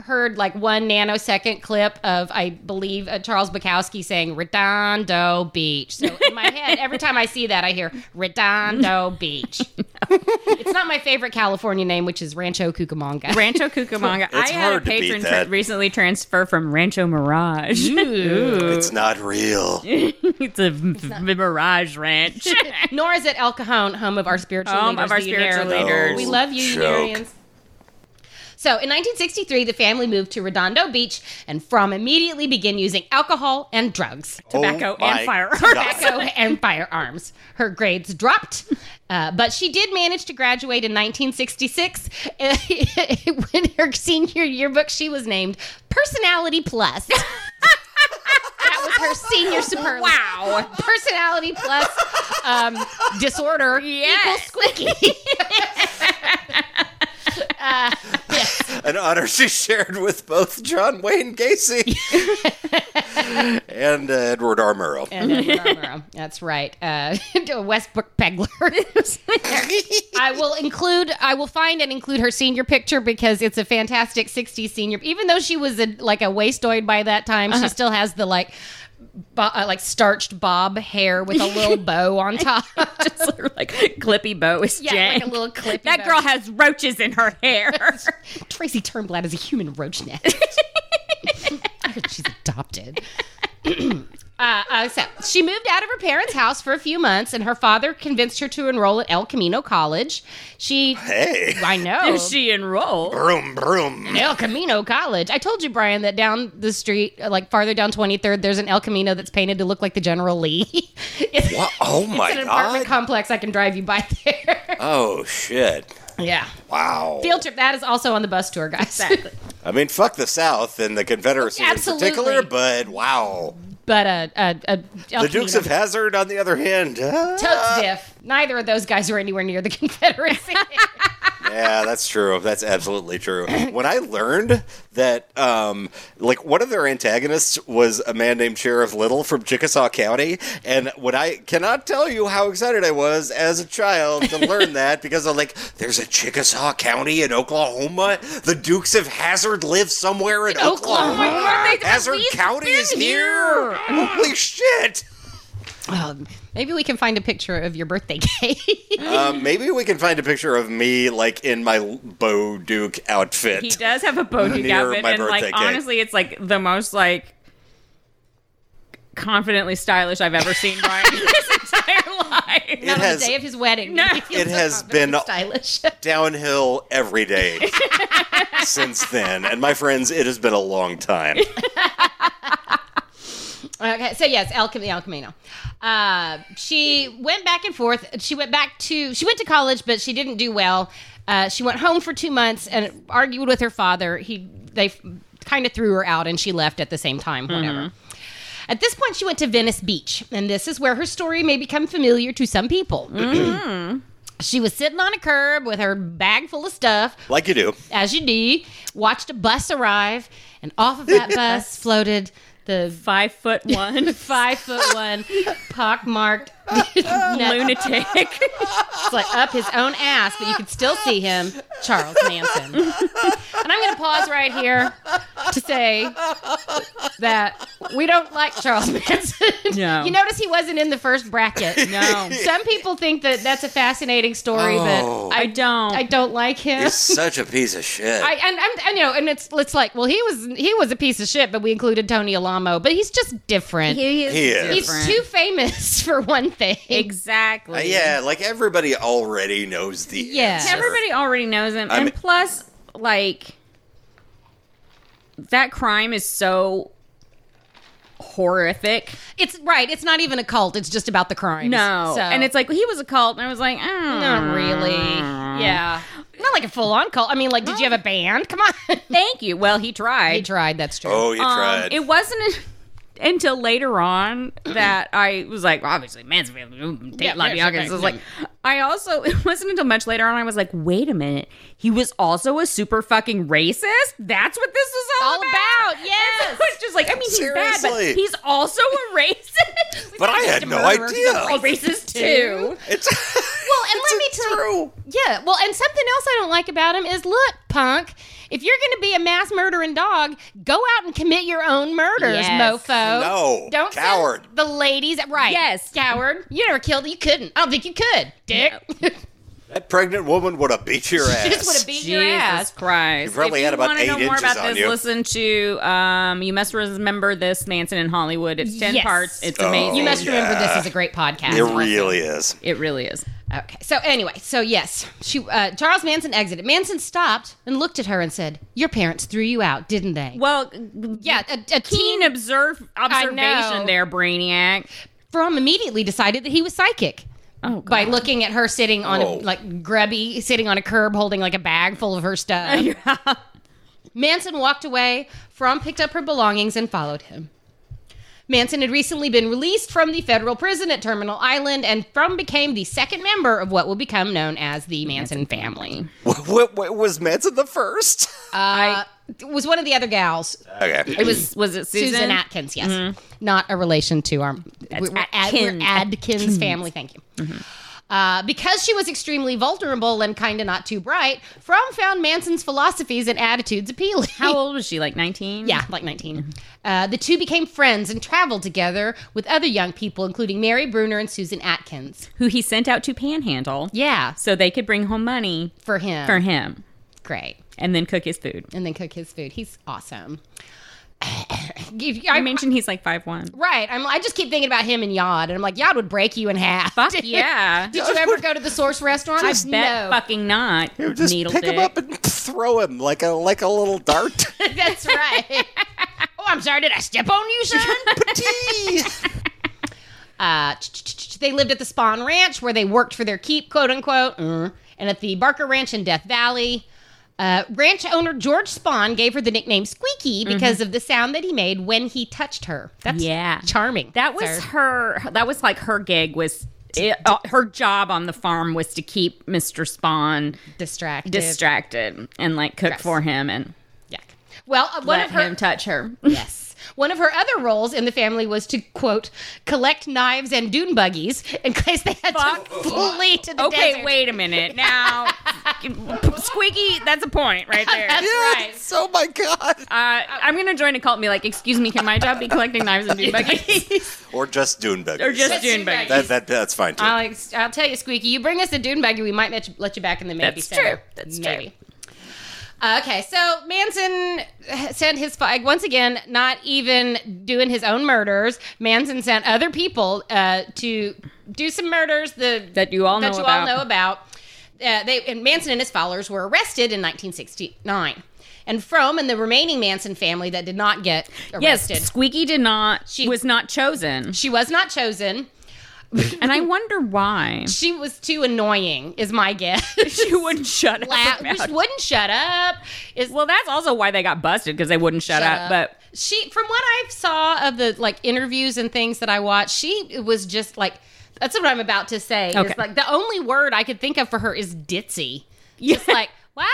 Speaker 3: heard like one nanosecond clip of, I believe, uh, Charles Bukowski saying Redondo Beach. So in my head, every time I see that, I hear Redondo
Speaker 2: [laughs]
Speaker 3: Beach. It's not my favorite California name, which is Rancho Cucamonga.
Speaker 4: [laughs]
Speaker 2: Rancho Cucamonga. I had
Speaker 4: hard to
Speaker 2: a
Speaker 4: beat
Speaker 2: patron
Speaker 4: that.
Speaker 2: tra- recently transfer from Rancho Mirage.
Speaker 4: it's not real.
Speaker 2: [laughs] it's a m- m- Mirage
Speaker 3: [laughs]
Speaker 2: Ranch. [laughs]
Speaker 3: Nor is it El Cajon, home of our spiritual
Speaker 2: Home
Speaker 3: leaders.
Speaker 2: of our
Speaker 3: the
Speaker 2: spiritual
Speaker 3: Unarians.
Speaker 4: leaders.
Speaker 3: We love you,
Speaker 4: Joke.
Speaker 3: Unarians. So in 1963, the family moved to Redondo Beach and from immediately began using alcohol and drugs,
Speaker 2: Tobacco
Speaker 4: Oh
Speaker 2: and
Speaker 4: my
Speaker 2: firearms.
Speaker 3: [laughs]
Speaker 4: God.
Speaker 2: [laughs]
Speaker 3: tobacco, and firearms. Her grades dropped, uh, but she did manage to graduate in 1966. [laughs] when her senior yearbook, she was named Personality Plus. that was her senior superlative. Wow. Personality plus um, disorder
Speaker 2: Yes.
Speaker 3: equals squeaky.
Speaker 4: An honor she shared with both John Wayne
Speaker 3: [laughs]
Speaker 4: Gacy and uh, Edward R. Murrow.
Speaker 3: [laughs] And Edward R. Murrow. That's right. Uh, [laughs] Westbrook Pegler. [laughs] I will include, I will find and include her senior picture because it's a fantastic 60s senior. Even though she was a, like a wastoid by that time, she still has the like, bo- uh, like starched bob hair with a [laughs] little bow on top.
Speaker 2: Just sort of like Clippy Bow is
Speaker 3: yeah, like a
Speaker 2: jank.
Speaker 3: little clip.
Speaker 2: That girl has roaches in her
Speaker 3: [laughs]
Speaker 2: hair.
Speaker 3: Tracy Turnblad is a human roach
Speaker 4: [laughs]
Speaker 3: nest. I heard she's adopted. [clears throat] uh, uh, so she moved out of her parents' house for a few months, and her father convinced her to enroll at El Camino College. She,
Speaker 4: Hey. [laughs]
Speaker 3: I
Speaker 2: [laughs]
Speaker 3: know.
Speaker 2: she enrolled.
Speaker 4: Broom, broom.
Speaker 3: El Camino College. I told you, Brian, that down the street, uh, like farther down 23rd, there's an El Camino that's painted to look like the General Lee. [laughs] it's
Speaker 4: What? Oh my
Speaker 3: an apartment
Speaker 4: God.
Speaker 3: complex. I can drive you by [laughs] there.
Speaker 4: oh shit.
Speaker 3: yeah.
Speaker 4: Wow.
Speaker 3: Field trip. That is also on the bus tour, guys.
Speaker 2: Exactly.
Speaker 4: I mean, fuck the South and the Confederacy
Speaker 3: Absolutely.
Speaker 4: in particular, but wow.
Speaker 3: [laughs] but uh, uh, uh, El
Speaker 4: the Dukes
Speaker 3: Camino-
Speaker 4: of Hazard, on the other hand, uh,
Speaker 3: Totes diff. Neither of those guys were anywhere near the [laughs] Confederacy.
Speaker 4: yeah, that's true. That's absolutely true. When I learned that, um, like, one of their antagonists was a man named Sheriff Little from Chickasaw County, and when I cannot tell you how excited I was as a child to learn that because I'm like, there's a Chickasaw County in Oklahoma. The Dukes of Hazard live somewhere in Oklahoma.
Speaker 2: God, they-
Speaker 4: Hazard
Speaker 2: we've
Speaker 4: County is
Speaker 2: been
Speaker 4: here.
Speaker 2: here.
Speaker 4: Holy shit!
Speaker 3: um, maybe we can find a picture of your birthday [laughs] cake.
Speaker 4: Um, maybe we can find a picture of me, like in my Bo Duke outfit.
Speaker 2: He does have a bow
Speaker 4: Near
Speaker 2: dude outfit,
Speaker 4: my
Speaker 2: and like
Speaker 4: birthday cake.
Speaker 2: honestly, it's like the most like confidently stylish I've ever seen Brian in his entire life.
Speaker 3: on
Speaker 4: has-
Speaker 3: the day of his wedding. [laughs]
Speaker 2: No.
Speaker 3: He feels
Speaker 4: It has
Speaker 3: confident and
Speaker 4: been-
Speaker 3: stylish.
Speaker 4: Downhill every
Speaker 3: [laughs]
Speaker 4: day since then, and my friends, it has been a long time.
Speaker 3: Okay, so yes, El, Cam- El Camino. Uh, she went back and forth. She went back to she went to college, but she didn't do well. Uh, she went home for two months and argued with her father. He they kind of threw her out, and she left at the same time. Whatever. At this point, she went to Venice Beach, and this is where her story may become familiar to some people. [clears throat] she was sitting on a curb with her bag full of stuff,
Speaker 4: Like you do.
Speaker 3: as you do, watched a bus arrive, and off of that bus floated the
Speaker 2: Five foot one [laughs]
Speaker 3: five foot one, pockmarked [laughs] nut
Speaker 2: lunatic.
Speaker 3: like up his own ass, but you could still see him, Charles Manson. and I'm going to pause right here to say that we don't like Charles Manson.
Speaker 2: No.
Speaker 3: [laughs] you notice he wasn't in the first bracket.
Speaker 2: [laughs] [laughs] No,
Speaker 3: Some people think that that's a fascinating story,
Speaker 4: Oh.
Speaker 3: but
Speaker 2: I
Speaker 3: I,
Speaker 2: don't.
Speaker 3: I don't like him.
Speaker 4: He's such a piece of shit.
Speaker 3: I, and I'm, and, you know, and it's it's like, well, he was he was a piece of shit, but we included Tony Alamo, but he's just different.
Speaker 2: he is.
Speaker 4: He is.
Speaker 3: he's
Speaker 2: different.
Speaker 3: too famous [laughs] for one thing.
Speaker 2: exactly.
Speaker 4: Uh, yeah, like everybody already knows the
Speaker 3: Yeah.
Speaker 4: answer.
Speaker 2: Everybody already knows him,
Speaker 4: I
Speaker 2: and
Speaker 4: mean-
Speaker 2: plus, like that crime is so horrific.
Speaker 3: It's right. It's not even a cult. It's just about the crimes.
Speaker 2: No,
Speaker 3: So-
Speaker 2: and it's like he was a cult, and I was like, mm.
Speaker 3: Not really. Yeah. Mm. Not like a full on cult. I mean, like, did you have a band? Come on.
Speaker 2: Thank you. Well, he tried.
Speaker 3: I tried. That's true.
Speaker 4: Oh, you
Speaker 2: Um,
Speaker 4: tried.
Speaker 2: It wasn't [laughs] until later on that I was like, obviously, Mansfield, mm,
Speaker 3: Yeah,
Speaker 2: date Lobby
Speaker 3: yeah,
Speaker 2: August. I was
Speaker 3: yeah.
Speaker 2: like, I also, [laughs] it wasn't until much later on I was like, wait a minute, he was also a super fucking racist? That's what this was all,
Speaker 3: All
Speaker 2: [laughs]
Speaker 3: about, yes.
Speaker 2: And so it's just like, I mean, he's bad, but
Speaker 4: Seriously.
Speaker 2: he's also a racist.
Speaker 4: but I had no idea.
Speaker 2: a
Speaker 3: [laughs]
Speaker 2: racist too.
Speaker 4: [laughs] It's
Speaker 3: Well, and let me tell
Speaker 4: true.
Speaker 3: Yeah. Well, and something else I don't like about him is look, punk, if you're going to be a mass murdering dog, go out and commit your own murders,
Speaker 2: Yes.
Speaker 3: mofo.
Speaker 4: No,
Speaker 3: Don't send
Speaker 4: coward.
Speaker 3: The ladies. Right.
Speaker 2: Yes.
Speaker 3: Coward. You never killed. You couldn't. I don't think you could, dick.
Speaker 4: That pregnant woman would have beat your ass.
Speaker 3: [laughs] Just would have beat your
Speaker 2: Jesus
Speaker 3: ass.
Speaker 2: Christ.
Speaker 4: You probably
Speaker 2: if
Speaker 4: had about
Speaker 2: wanna
Speaker 4: eight
Speaker 2: know more
Speaker 4: inches
Speaker 2: about
Speaker 4: on
Speaker 2: this,
Speaker 4: you.
Speaker 2: Listen to um, You Must Remember This Manson in Hollywood. It's 10
Speaker 3: Yes.
Speaker 2: parts. It's
Speaker 4: Oh.
Speaker 2: amazing.
Speaker 3: You must remember this
Speaker 4: yeah.
Speaker 3: is a great podcast.
Speaker 4: It really is.
Speaker 2: It really is.
Speaker 3: Okay. So anyway, so yes, she uh, Charles Manson exited. Manson stopped and looked at her and said, "Your parents threw you out, didn't they?"
Speaker 2: Well,
Speaker 3: yeah, a, a
Speaker 2: keen
Speaker 3: teen
Speaker 2: observe
Speaker 3: know.
Speaker 2: observation there, Brainiac. [laughs]
Speaker 3: from immediately decided that he was psychic.
Speaker 2: Oh,
Speaker 3: By looking at her sitting on a,
Speaker 4: Oh.
Speaker 3: like grubby, sitting on a curb holding like a bag full of her [laughs] stuff. Manson walked away. Fromm picked up her belongings and followed him. Manson had recently been released from the federal prison at Terminal Island, and Fromm became the second member of what will become known as the Manson family.
Speaker 4: What, what, what was Manson the first?
Speaker 3: Uh, it was one of the other gals.
Speaker 4: okay.
Speaker 2: It was was it Susan? Mm-hmm.
Speaker 3: Susan, Atkins, yes. Not a relation to our we're, we're Ad- we're
Speaker 2: Atkins. Mm-hmm.
Speaker 3: Adkins family. Thank you. Uh, because she was extremely vulnerable and kind of not too bright, Fromm found Manson's philosophies and attitudes appealing.
Speaker 2: How old Mm-hmm. was she? Like nineteen?
Speaker 3: Yeah, [laughs] like 19. Uh, the two became friends and traveled together with other young people, including Mary Bruner and Susan Atkins.
Speaker 2: Who he sent out to Panhandle
Speaker 3: Yeah,
Speaker 2: so they could bring home money
Speaker 3: for him.
Speaker 2: for him
Speaker 3: Great.
Speaker 2: and then cook his food.
Speaker 3: And then cook his food. He's awesome. [coughs]
Speaker 2: I mentioned he's like five one.
Speaker 3: Right. I'm, I just keep thinking about him and Yod, and I'm like, Yod would break you in half. [laughs]
Speaker 2: Fuck yeah.
Speaker 3: Did you ever go to the Source restaurant?
Speaker 2: I [laughs] bet fucking not.
Speaker 4: You just
Speaker 2: Needle
Speaker 4: pick
Speaker 2: dick.
Speaker 4: him up and throw him like a like a little
Speaker 3: [laughs]
Speaker 4: dart.
Speaker 3: That's right. [laughs] oh, I'm sorry. Did I step on
Speaker 2: [laughs]
Speaker 3: you, son?
Speaker 4: Tee.
Speaker 3: Uh, ch- ch- ch- ch- they lived at the Spawn Ranch where they worked for their keep, quote unquote, mm, and at the Barker Ranch in Death Valley. Uh, ranch owner George Spawn gave her the nickname Squeaky
Speaker 2: Mm-hmm.
Speaker 3: because of the sound that he made when he touched her. That's
Speaker 2: Yeah.
Speaker 3: charming.
Speaker 2: That was
Speaker 3: sir.
Speaker 2: her. That was like her gig was. It, uh, her job on the farm was to keep Mr. Spawn
Speaker 3: distracted.
Speaker 2: distracted and like cook for him and
Speaker 3: Yuck. Well, uh, one
Speaker 2: let
Speaker 3: of her
Speaker 2: him touch her.
Speaker 3: Yes. One of her other roles in the family was to quote collect knives and dune buggies in case they had
Speaker 2: Fuck.
Speaker 3: to flee to the
Speaker 2: okay,
Speaker 3: desert.
Speaker 2: wait a minute.
Speaker 3: [laughs]
Speaker 2: Now, Squeaky, that's a point right there.
Speaker 3: That's right.
Speaker 4: oh my god.
Speaker 2: Uh, I'm gonna join a cult and be like, excuse me, can my job be collecting knives
Speaker 3: [laughs]
Speaker 2: and dune buggies?
Speaker 4: Or just Dunebuggy.
Speaker 2: or just
Speaker 3: dune
Speaker 2: dune buggies?
Speaker 4: that, that that's fine too.
Speaker 3: I'll, ex- I'll tell you, Squeaky. You bring us a dune buggy, we might let you, let you back in the maybe
Speaker 2: That's
Speaker 3: center.
Speaker 2: true. That's
Speaker 3: maybe. Uh, okay, so Manson uh, sent his fi- once again, not even doing his own murders. Manson sent other people uh, to do some murders the,
Speaker 2: That you all
Speaker 3: that
Speaker 2: know
Speaker 3: you
Speaker 2: about.
Speaker 3: all know about. Uh, they and Manson and his followers were arrested in 1969. and from and the remaining Manson family that did not get
Speaker 2: Yes,
Speaker 3: arrested.
Speaker 2: Squeaky did not. She was not chosen,
Speaker 3: She was not chosen.
Speaker 2: and
Speaker 3: [laughs]
Speaker 2: I wonder why.
Speaker 3: She was too annoying, is my guess.
Speaker 2: [laughs] She wouldn't shut up.
Speaker 3: [laughs] La-
Speaker 2: about
Speaker 3: just
Speaker 2: it.
Speaker 3: wouldn't shut up. Is
Speaker 2: Well, that's also why they got busted because they wouldn't shut,
Speaker 3: Shut
Speaker 2: up, But
Speaker 3: she, from what I saw of the like interviews and things that I watched, she was just like, that's what I'm about to say.
Speaker 2: Okay.
Speaker 3: It's like the only word I could think of for her is ditzy.
Speaker 2: [laughs]
Speaker 3: Just like [laughs] what?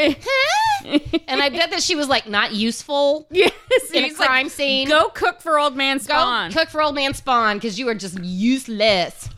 Speaker 3: Oh, huh? and I bet that she was like not useful
Speaker 2: yes,
Speaker 3: in a
Speaker 2: he's like,
Speaker 3: crime scene.
Speaker 2: Go cook for old man
Speaker 3: Go
Speaker 2: Spawn. [laughs]
Speaker 3: cook for old man Spawn because you are just useless.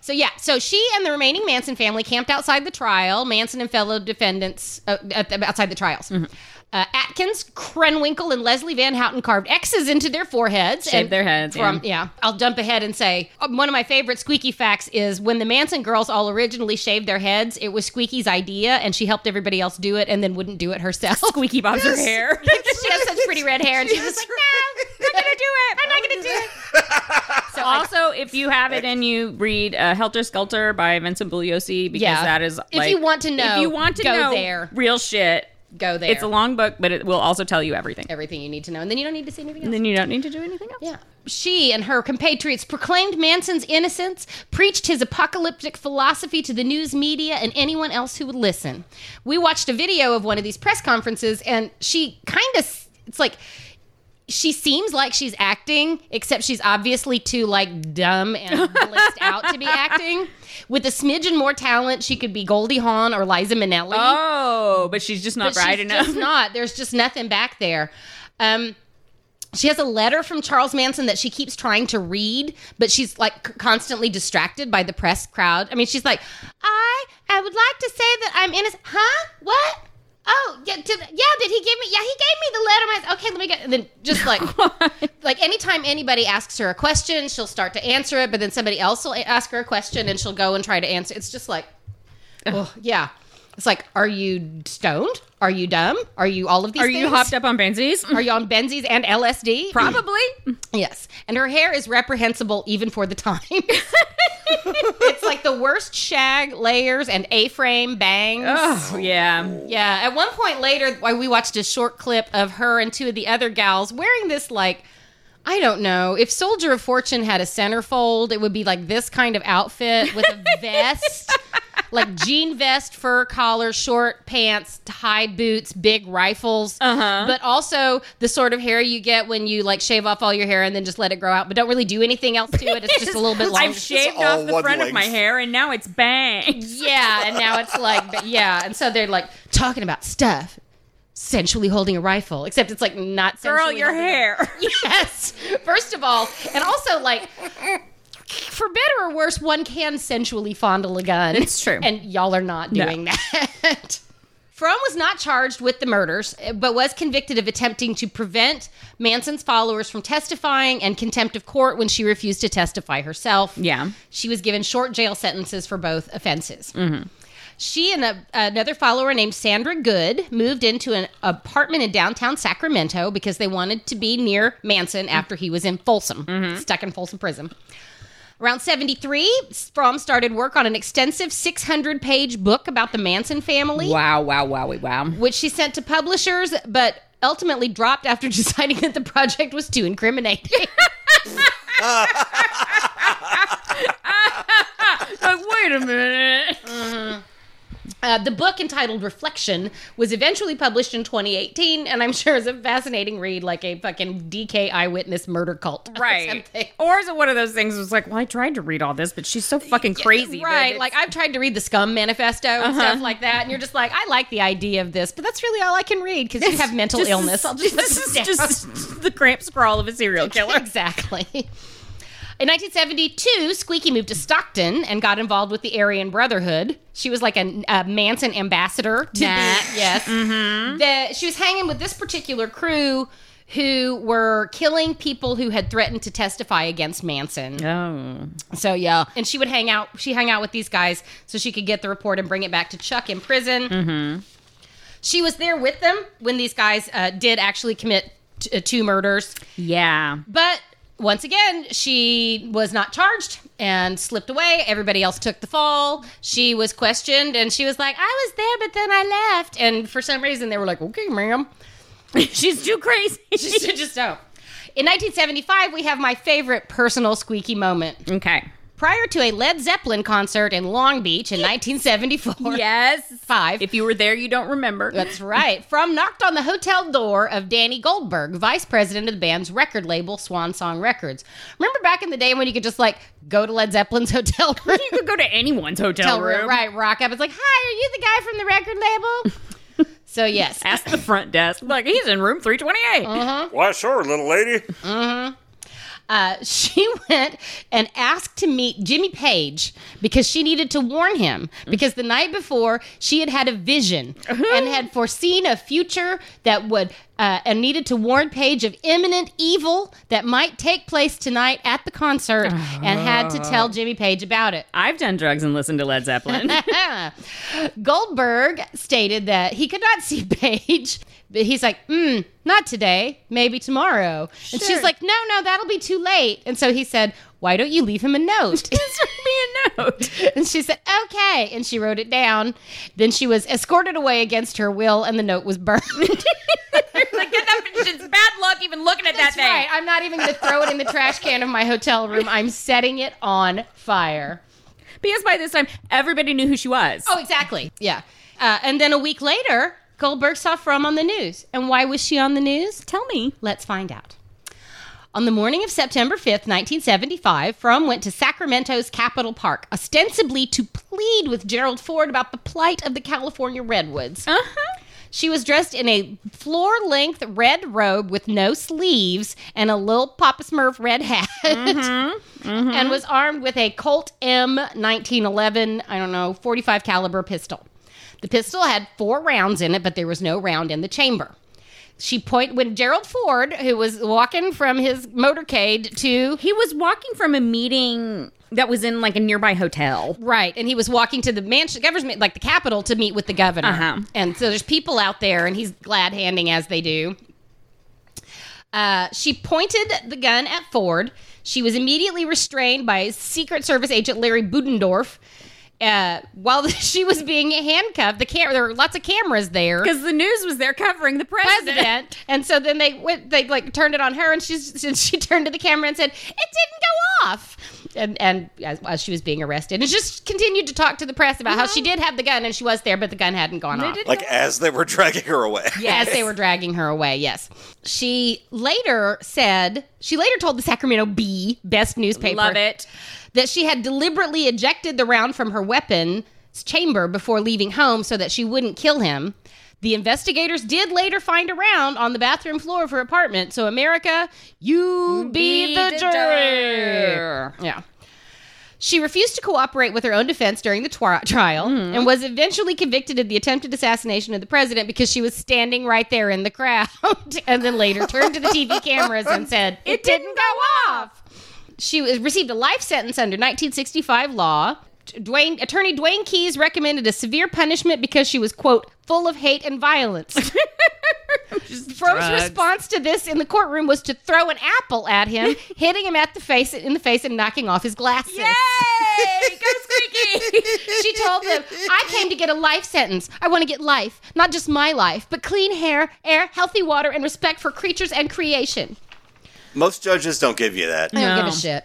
Speaker 3: So yeah, so she and the remaining Manson family camped outside the trial. Manson and fellow defendants uh, at the- outside the trials.
Speaker 2: Mm-hmm.
Speaker 3: Uh, Atkins, Krenwinkel, and Leslie Van Houten carved X's into their foreheads.
Speaker 2: Shaved
Speaker 3: and
Speaker 2: their heads,
Speaker 3: From
Speaker 2: yeah.
Speaker 3: yeah, I'll jump ahead and say um, one of my favorite squeaky facts is when the Manson girls all originally shaved their heads, it was Squeaky's idea, and she helped everybody else do it, and then wouldn't do it herself. [laughs]
Speaker 2: Squeaky bobs her hair. [laughs]
Speaker 3: she has such pretty red hair, and she's just like, no, I'm not gonna do it. I'm not gonna do it. So I-
Speaker 2: also, if you have it and you read uh, Helter Skelter by Vincent Bugliosi, because
Speaker 3: Yeah.
Speaker 2: that is
Speaker 3: If
Speaker 2: like-
Speaker 3: you want to know,
Speaker 2: if you want to
Speaker 3: go
Speaker 2: know
Speaker 3: there.
Speaker 2: real shit.
Speaker 3: go there.
Speaker 2: It's a long book, but it will also tell you everything.
Speaker 3: everything you need to know, and then you don't need to see anything
Speaker 2: And
Speaker 3: else.
Speaker 2: then you don't need to do anything else.
Speaker 3: Yeah. She and her compatriots proclaimed Manson's innocence, preached his apocalyptic philosophy to the news media and anyone else who would listen. We watched a video of one of these press conferences, and she kind of, it's like, she seems like she's acting, except she's obviously too like dumb and blissed out [laughs] to be acting. With a smidgen more talent, she could be Goldie Hawn or Liza Minnelli.
Speaker 2: Oh, but she's just not
Speaker 3: But
Speaker 2: bright
Speaker 3: she's
Speaker 2: enough.
Speaker 3: Just not. There's just nothing back there. Um, she has a letter from Charles Manson that she keeps trying to read, but she's like c- constantly distracted by the press crowd. I mean, she's like, "I I would like to say that I'm innocent." Huh? What? Oh, yeah, to the, yeah. Did he give me? Yeah, he gave me the letter. My, okay, let me get. And then
Speaker 2: [laughs]
Speaker 3: just like, like anytime anybody asks her a question, she'll start to answer it, but then somebody else will a- ask her a question, and she'll go and try to answer. It's just like, oh yeah. It's like, are you stoned? Are you dumb? Are you all of these?
Speaker 2: Are you
Speaker 3: things? Mm-hmm.
Speaker 2: hopped up on Mm-hmm. Benzies?
Speaker 3: Are you on Benzies and LSD?
Speaker 2: Probably.
Speaker 3: [clears throat] Yes. And her hair is reprehensible even for the time. [laughs] it's like the worst shag layers and A frame bangs.
Speaker 2: Oh, yeah.
Speaker 3: Yeah. At one point later, why we watched a short clip of her and two of the other gals wearing this, like, I don't know. If Soldier of Fortune had a centerfold, it would be like this kind of outfit with a vest, like jean vest, fur collar, short pants, high boots, big rifles. Uh-huh. But also the sort of hair you get when you like shave off all your hair and then just let it grow out, but don't really do anything else to it. It's just a
Speaker 2: [laughs]
Speaker 3: little bit longer.
Speaker 2: I've shaved
Speaker 4: all
Speaker 2: off the
Speaker 4: one
Speaker 2: front of my
Speaker 4: length.
Speaker 2: hair and now it's bangs.
Speaker 3: Yeah, and now it's like, but yeah, and so they're like talking about stuff, sensually holding a rifle, except it's like not
Speaker 2: Girl,
Speaker 3: sensually
Speaker 2: your
Speaker 3: holding a-
Speaker 2: hair.
Speaker 3: [laughs] Yes, first of all, and also like, for better or worse, one can sensually fondle a gun.
Speaker 2: It's true.
Speaker 3: and y'all are not
Speaker 2: No.
Speaker 3: doing that. [laughs] Fromm was not charged with the murders, but was convicted of attempting to prevent Manson's followers from testifying and contempt of court when she refused to testify herself.
Speaker 2: Yeah.
Speaker 3: She was given short jail sentences for both offenses. She and a, another follower named Sandra Good moved into an apartment in downtown Sacramento because they wanted to be near Manson after he was in Folsom, stuck in Folsom Prison. Around 73, Fromm started work on an extensive 600 page book about the
Speaker 2: [laughs]
Speaker 3: Manson family,
Speaker 2: Wow, wow, wow, wow.
Speaker 3: which she sent to publishers, but ultimately dropped after [laughs] deciding that the project was too incriminating.
Speaker 2: Like, wait a minute.
Speaker 3: Uh, the book entitled Reflection was eventually published in 2018, and I'm sure is a fascinating read, like a fucking DK eyewitness murder cult. [laughs] or
Speaker 2: Right.
Speaker 3: something.
Speaker 2: Or is it one of those things that's like, well, I tried to read all this, but she's so fucking [laughs] crazy. that
Speaker 3: Right.
Speaker 2: it's-
Speaker 3: Like, I've tried to read the Scum Manifesto and stuff like that, and you're just like, I like the idea of this, but that's really all I can read because you
Speaker 2: [laughs]
Speaker 3: have mental
Speaker 2: This is-
Speaker 3: illness. I'll just
Speaker 2: this
Speaker 3: put [laughs]
Speaker 2: is
Speaker 3: it down.
Speaker 2: just the cramp scrawl of a serial killer.
Speaker 3: [laughs] Exactly. In 1972, Squeaky moved to Stockton and got involved with the Aryan Brotherhood. She was like a, a Manson ambassador to that. Yes. The- she was hanging with this particular crew who were killing people who had threatened to testify against
Speaker 2: [laughs]
Speaker 3: Manson.
Speaker 2: Oh.
Speaker 3: So yeah, and she would hang out. She hung out with these guys so she could get the report and bring it back to Chuck in prison. She was there with them when these guys uh, did actually commit t- uh, two murders. [laughs]
Speaker 2: Yeah.
Speaker 3: But once again, she was not charged and slipped away. Everybody else took the fall. She was questioned and she was like, I was there, but then I left. And for some reason, they were like, okay, ma'am. [laughs]
Speaker 2: She's too crazy.
Speaker 3: Just, just no. In 1975, we have my favorite personal squeaky moment.
Speaker 2: [laughs] okay.
Speaker 3: Prior to a Led Zeppelin concert in Long Beach in 1974.
Speaker 2: Yes.
Speaker 3: Five.
Speaker 2: If you were there, you don't remember.
Speaker 3: That's right. From knocked on the hotel door of Danny Goldberg, vice president of the band's record label, Swan Song Records. Remember back in the day when you could just like go to Led Zeppelin's [laughs] hotel room?
Speaker 2: you could go to anyone's hotel,
Speaker 3: hotel room, right? Rock up. It's like, hi, are you the guy from the record [laughs] label? so yes,
Speaker 2: Ask the front desk. Like, he's in room 328.
Speaker 4: Why, sure, little lady.
Speaker 3: uh, she [laughs] went and asked to meet Jimmy Page because she needed to warn him because the night before she had had a vision and had foreseen a future that would uh, and needed to warn Page of imminent evil that might take place tonight at the concert and had to tell Jimmy Page about it.
Speaker 2: I've done drugs and listened to Led Zeppelin.
Speaker 3: [laughs] Goldberg stated that he could not [laughs] see Paige. But he's like, mm, not today, maybe tomorrow.
Speaker 2: Sure.
Speaker 3: And she's like, no, no, that'll be too late. And so he said, why don't you leave him
Speaker 2: [laughs]
Speaker 3: a note?
Speaker 2: Send me a note.
Speaker 3: [laughs] and she said, okay. And she wrote it down. Then she was escorted away against her will, and the note was burned.
Speaker 2: [laughs] like,
Speaker 3: [laughs]
Speaker 2: get that [laughs] it's bad luck even looking at that
Speaker 3: That's
Speaker 2: thing.
Speaker 3: right. I'm not even going to throw it in the trash can of my hotel room. I'm setting it on fire.
Speaker 2: Because by this time, everybody knew who she was.
Speaker 3: Oh, exactly. Yeah. Uh, and then a week later, Goldberg saw From on the news. And why was she on the news?
Speaker 2: tell me.
Speaker 3: Let's find out. On the morning of September 5th, 1975, Fromm went to Sacramento's Capitol Park, ostensibly to plead with Gerald Ford about the plight of the California redwoods.
Speaker 2: Uh-huh.
Speaker 3: She was dressed in a floor length red robe with no sleeves and a little Papa Smurf red hat, [laughs] and was armed with a Colt M 1911, I don't know, 45 caliber pistol. The pistol had four rounds in it, but there was no round in the chamber. She point when Gerald Ford, who was walking from his motorcade to
Speaker 2: He was walking from a meeting that was in like a nearby hotel.
Speaker 3: Right, and he was walking to the mansion, government, like the capital, to meet with the governor.
Speaker 2: Uh-huh.
Speaker 3: And so there's people out there, and he's glad handing as they do. Uh, she pointed the gun at Ford. She was immediately restrained by Secret Service agent Larry Budendorf. Uh, while [laughs] she was being handcuffed, the cam- there were lots of cameras there
Speaker 2: Because the news was there covering the president.
Speaker 3: president. [laughs] And so then they went, they like turned it on her, and she's, and she [laughs] turned to the camera and said, "It didn't go off." And and as, as she was being arrested, and just continued to talk to the press about how she did have the gun and she was there, but the gun hadn't gone off.
Speaker 2: didn't
Speaker 4: Like, as they were dragging her away.
Speaker 3: As they were dragging her away, yes. She later said, she later told the Sacramento Bee, best newspaper,
Speaker 2: Love it.
Speaker 3: that she had deliberately ejected the round from her weapon's chamber before leaving home so that she wouldn't kill him. The investigators did later find a round on the bathroom floor of her apartment. So, America, you be, the, jury. Yeah. She refused to cooperate with her own defense during the twi- trial and was eventually convicted of the attempted assassination of the president because she was standing right there in the crowd [laughs] and then later turned to the TV cameras and said, It, didn't go off. She was, received a life sentence under 1965 law. Dwayne, attorney Dwayne Keyes recommended a severe punishment because she was, quote, full of hate and violence. [laughs] Fromm's
Speaker 2: drugs.
Speaker 3: response to this in the courtroom was to throw an apple at him, hitting him at the face in the face and knocking off his glasses.
Speaker 2: Yay! Go squeaky!
Speaker 3: She told them, I came to get a life sentence. I want to get life, not just my life, but clean hair, air, healthy water, and respect for creatures and creation.
Speaker 4: [laughs] Most judges don't give you that.
Speaker 3: I
Speaker 2: No.
Speaker 3: don't give a shit.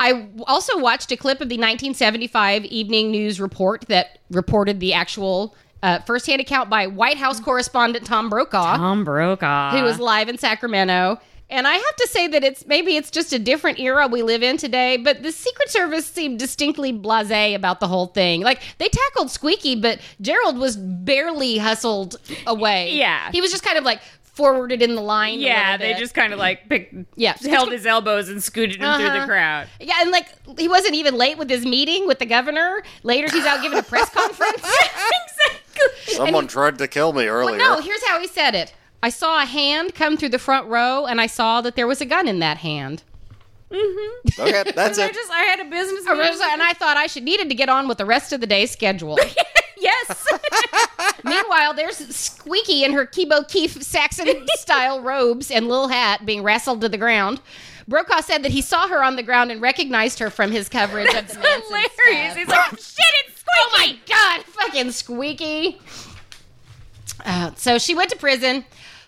Speaker 3: I w- also watched a clip of the 1975 Evening News report that reported the actual uh, firsthand account by White House correspondent Tom
Speaker 2: [laughs]
Speaker 3: Brokaw,
Speaker 2: Tom Brokaw.
Speaker 3: who was live in Sacramento. And I have to say that it's maybe it's just a different era we live in today, but the Secret Service seemed distinctly blasé about the whole thing. Like they tackled Squeaky, but Gerald was barely hustled away.
Speaker 2: Yeah.
Speaker 3: he was just kind of like forwarded in the line. a
Speaker 2: Yeah,
Speaker 3: little
Speaker 2: they
Speaker 3: bit.
Speaker 2: just kind of like picked,
Speaker 3: Yeah.
Speaker 2: held his elbows and scooted him through
Speaker 3: Uh-huh.
Speaker 2: the crowd.
Speaker 3: Yeah, and like he wasn't even late with his meeting with the governor. Later, he's out giving
Speaker 2: [laughs]
Speaker 3: a press conference. exactly.
Speaker 4: Someone tried to kill me earlier.
Speaker 3: No, here's how he said it. I saw a hand come through the front row, and I saw that there was a gun in that hand. [laughs]
Speaker 4: Okay, that's
Speaker 2: I
Speaker 4: it.
Speaker 2: just, I had a business [laughs]
Speaker 3: And I thought I should needed to get on with the rest of the day's schedule.
Speaker 2: Yes.
Speaker 3: Meanwhile, there's Squeaky in her Kibo Keefe
Speaker 2: [laughs]
Speaker 3: Saxon style robes and little hat being wrestled to the ground. Brokaw said that he saw her on the ground and recognized her from his coverage of the Manson
Speaker 2: Hilarious.
Speaker 3: stuff.
Speaker 2: He's like, [laughs] shit, it's
Speaker 3: Oh
Speaker 2: squeaky.
Speaker 3: my god, fucking Squeaky. Uh, so she went to prison.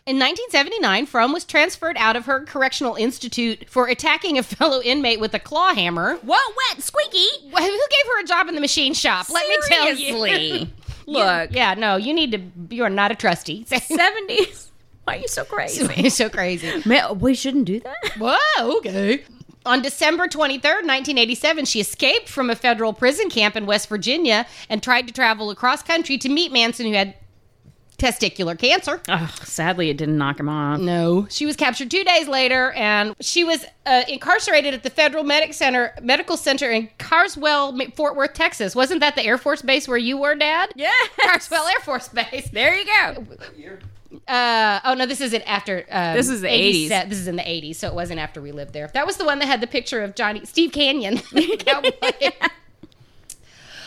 Speaker 3: In 1979, Fromm was transferred out of her correctional institute for attacking a fellow inmate with a claw hammer.
Speaker 2: Whoa, what? Squeaky?
Speaker 3: Wh- Who gave her a job in the machine shop? Let me tell
Speaker 2: [laughs]
Speaker 3: you.
Speaker 2: Seriously. Look,
Speaker 3: Yeah, no, you need to. You are not a trustee. [laughs]
Speaker 2: 70s. Why are you so [laughs] crazy?
Speaker 3: It's so crazy.
Speaker 2: Man, we shouldn't do that.
Speaker 3: Whoa, okay. On December 23rd, 1987, she escaped from a federal prison camp in West Virginia and tried to travel across country to meet Manson, who had testicular cancer.
Speaker 2: Ugh, sadly, it didn't knock him off.
Speaker 3: No. She was captured two days later, and she was uh, incarcerated at the Federal Medic Center, Medical Center in Carswell, M- Fort Worth, Texas. Wasn't that the Air Force Base where you were, Dad?
Speaker 2: Yeah.
Speaker 3: Carswell Air Force Base.
Speaker 2: [laughs] There you go.
Speaker 3: Uh, oh no, this isn't after. Um,
Speaker 2: This is the
Speaker 3: 80s.
Speaker 2: 80s.
Speaker 3: This is in the eighties, so it wasn't after we lived there. That was the one that had the picture of Johnny
Speaker 2: [laughs]
Speaker 3: Steve Canyon. [laughs] Cowboy.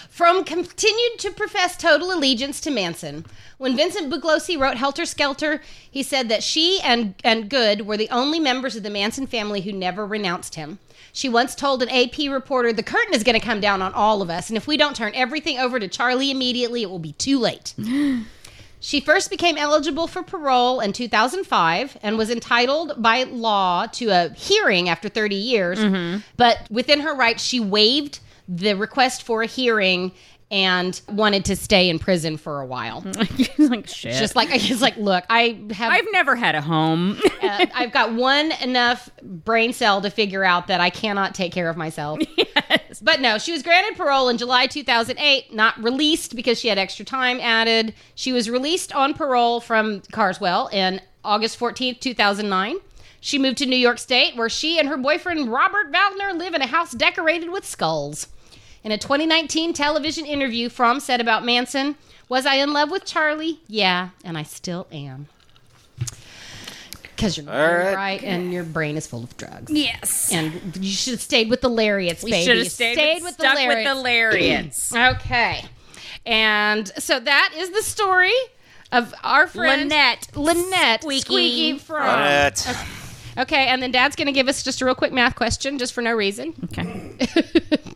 Speaker 3: From continued to profess total allegiance to Manson. When Vincent Bugliosi wrote Helter Skelter, he said that she and, and Good were the only members of the Manson family who never renounced him. She once told an AP reporter, The curtain is going to come down on all of us, and if we don't turn everything over to Charlie immediately, it will be too late. She first became eligible for parole in 2005 and was entitled by law to a hearing after 30 years. But within her rights, she waived the request for a hearing and wanted to stay in prison for a while.
Speaker 2: [laughs] He's like, shit.
Speaker 3: Just like it's like, look, I
Speaker 2: Mm-hmm.
Speaker 3: have
Speaker 2: I've never had a home. [laughs]
Speaker 3: uh, I've got one enough brain cell to figure out that I cannot take care of myself. But no, she was granted parole in July 2008, not released because she had extra time added. She was released on parole from Carswell in August 14th, 2009. She moved to New York State, where she and her boyfriend Robert Valner live in a house decorated with skulls. In a 2019 television interview, Fromm said about Manson, Was I in love with Charlie? Yeah, and I still am. Because you're
Speaker 4: right.
Speaker 3: right. and your brain is full of drugs.
Speaker 2: yes.
Speaker 3: And you should have stayed with the lariats,
Speaker 2: We
Speaker 3: baby.
Speaker 2: should have stayed, with, stuck with the lariats.
Speaker 3: Okay. And so that is the story of our friend
Speaker 2: Lynette.
Speaker 3: Lynette
Speaker 2: Squeaky.
Speaker 3: Squeaky, from.
Speaker 4: Lynette.
Speaker 3: Okay, and then Dad's going to give us just a real quick math question, just for no reason.
Speaker 2: okay.
Speaker 3: [laughs]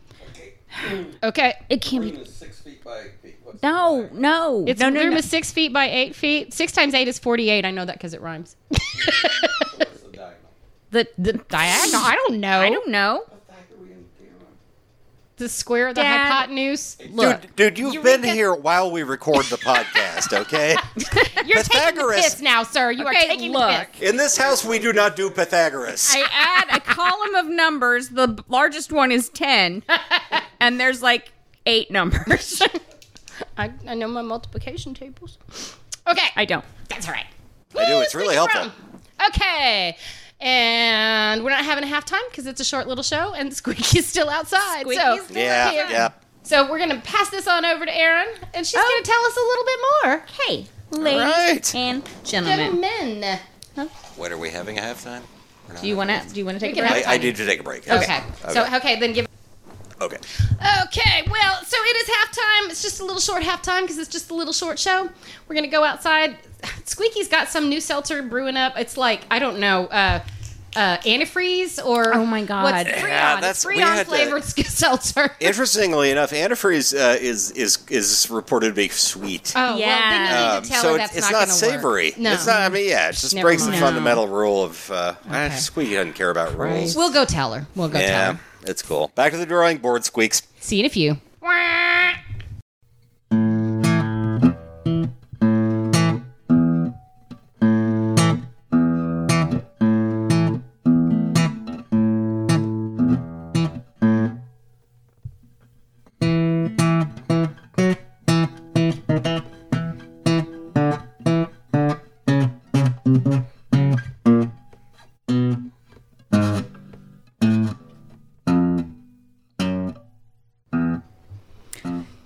Speaker 3: Okay,
Speaker 2: [clears throat] It can't be.
Speaker 5: is six feet by eight feet. What's
Speaker 2: No, no.
Speaker 3: it's
Speaker 2: no, no,
Speaker 3: room
Speaker 2: no.
Speaker 3: is six feet by eight feet. Six times eight is forty-eight. I know that because it rhymes.
Speaker 5: the diagonal?
Speaker 2: the, the
Speaker 3: Diagonal.
Speaker 2: diagonal.
Speaker 3: I don't know.
Speaker 2: I don't know.
Speaker 5: What the heck are we in the theorem?
Speaker 3: The square of the
Speaker 2: Dad.
Speaker 3: hypotenuse.
Speaker 2: Look,
Speaker 4: Dude, dude, you've
Speaker 3: you
Speaker 4: been
Speaker 3: read the-
Speaker 4: here while we record
Speaker 3: [laughs]
Speaker 4: the podcast, okay?
Speaker 3: You're taking the
Speaker 4: Pythagoras.
Speaker 3: piss now, sir. You are
Speaker 2: Okay,
Speaker 3: taking the
Speaker 2: look.
Speaker 3: piss.
Speaker 4: In this house, we do not do Pythagoras.
Speaker 2: I add a column of numbers. The b- largest one is 10, and there's like eight numbers. [laughs]
Speaker 3: I, I know my multiplication tables. Okay,
Speaker 2: I don't.
Speaker 3: that's all right.
Speaker 4: I do.
Speaker 3: Woo,
Speaker 4: It's really
Speaker 3: Squeaky
Speaker 4: helpful.
Speaker 3: From. Okay. And we're not having a halftime because it's a short little show and [laughs] Squeaky's still outside. so,
Speaker 2: Squeaky's still
Speaker 4: Yeah,
Speaker 3: here.
Speaker 4: yeah.
Speaker 3: So we're going to pass this on over to Erin and
Speaker 2: Oh.
Speaker 3: she's going to tell us a little bit more.
Speaker 2: Hey, ladies
Speaker 4: right.
Speaker 2: and gentlemen.
Speaker 3: Gentlemen.
Speaker 4: What are we having a halftime? We're not
Speaker 2: Do you want to? Do you want to take
Speaker 3: We
Speaker 2: a
Speaker 3: can
Speaker 4: I,
Speaker 2: break?
Speaker 3: have-
Speaker 4: I need to take a break. yes.
Speaker 3: Okay.
Speaker 4: Okay.
Speaker 3: So, okay, then give.
Speaker 4: Okay.
Speaker 3: Okay, well, so it is halftime. It's just a little short halftime because it's just a little short show. We're gonna go outside. [sighs] Squeaky's got some new seltzer brewing up. It's like I don't know, uh, uh, antifreeze or
Speaker 2: Oh my God.
Speaker 3: what's
Speaker 2: Yeah,
Speaker 3: Freon?
Speaker 4: that's-
Speaker 3: it's
Speaker 4: we
Speaker 3: Freon
Speaker 4: had to-
Speaker 3: flavored [laughs] seltzer.
Speaker 4: Interestingly enough, antifreeze uh, is is is reported to be sweet.
Speaker 3: oh well, then you
Speaker 2: Yeah.
Speaker 3: need to tell
Speaker 4: Um, so it's,
Speaker 3: her that's
Speaker 4: it's
Speaker 3: not,
Speaker 4: not,
Speaker 3: gonna
Speaker 4: savory.
Speaker 3: Work. No,
Speaker 4: It's not. I mean, yeah, it just
Speaker 3: Never
Speaker 4: breaks the
Speaker 3: mind.
Speaker 4: fundamental rule of uh, eh, Squeaky doesn't care about rules.
Speaker 3: we'll go tell her. We'll go tell
Speaker 4: yeah,
Speaker 3: her.
Speaker 4: it's cool. Back to the drawing board,
Speaker 3: [laughs]
Speaker 4: Squeaks.
Speaker 3: See you in a few.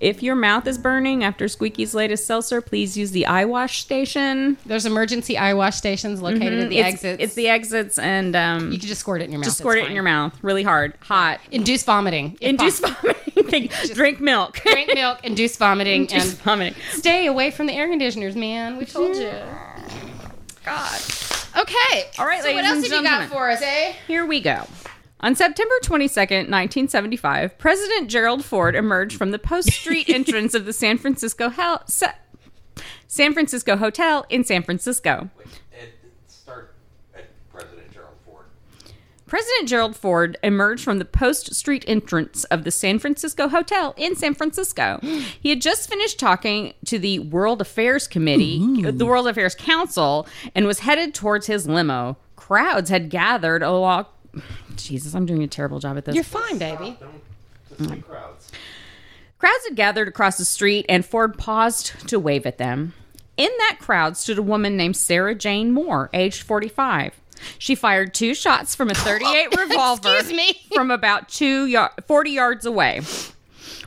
Speaker 2: If your mouth is burning after Squeaky's latest seltzer, please use the eye wash station.
Speaker 3: There's emergency eye wash stations located at the
Speaker 2: Mm-hmm. it's,
Speaker 3: exits.
Speaker 2: It's the exits, and um,
Speaker 3: you can just squirt it in your mouth.
Speaker 2: just squirt it in your mouth really hard, hot.
Speaker 3: Induce vomiting. if
Speaker 2: Induce
Speaker 3: possible.
Speaker 2: vomiting. [laughs] Drink milk. [laughs]
Speaker 3: Drink milk, induce vomiting,
Speaker 2: Induce
Speaker 3: and
Speaker 2: vomiting.
Speaker 3: stay away from the air conditioners, man. We told you.
Speaker 2: God.
Speaker 3: Okay.
Speaker 2: All right,
Speaker 3: so
Speaker 2: ladies
Speaker 3: what
Speaker 2: and
Speaker 3: else have you
Speaker 2: gentlemen.
Speaker 3: got for us, eh?
Speaker 2: Here we go. On September 22nd, 1975, President Gerald Ford emerged from the Post Street entrance of the San Francisco Hel- Sa- San Francisco Hotel in San Francisco.
Speaker 5: It start at President Gerald Ford.
Speaker 2: President Gerald Ford emerged from the Post Street entrance of the San Francisco Hotel in San Francisco. He had just finished talking to the World Affairs Committee, the World Affairs Council, and was headed towards his limo. Crowds had gathered along. Jesus, I'm doing a terrible job at this.
Speaker 3: You're fine, baby.
Speaker 2: Crowds had gathered across the street, and Ford paused to wave at them. In that crowd stood a woman named Sarah Jane Moore, aged 45. She fired two shots
Speaker 3: [laughs]
Speaker 2: from a 38 revolver
Speaker 3: Excuse me.
Speaker 2: from about two yar- 40 yards away.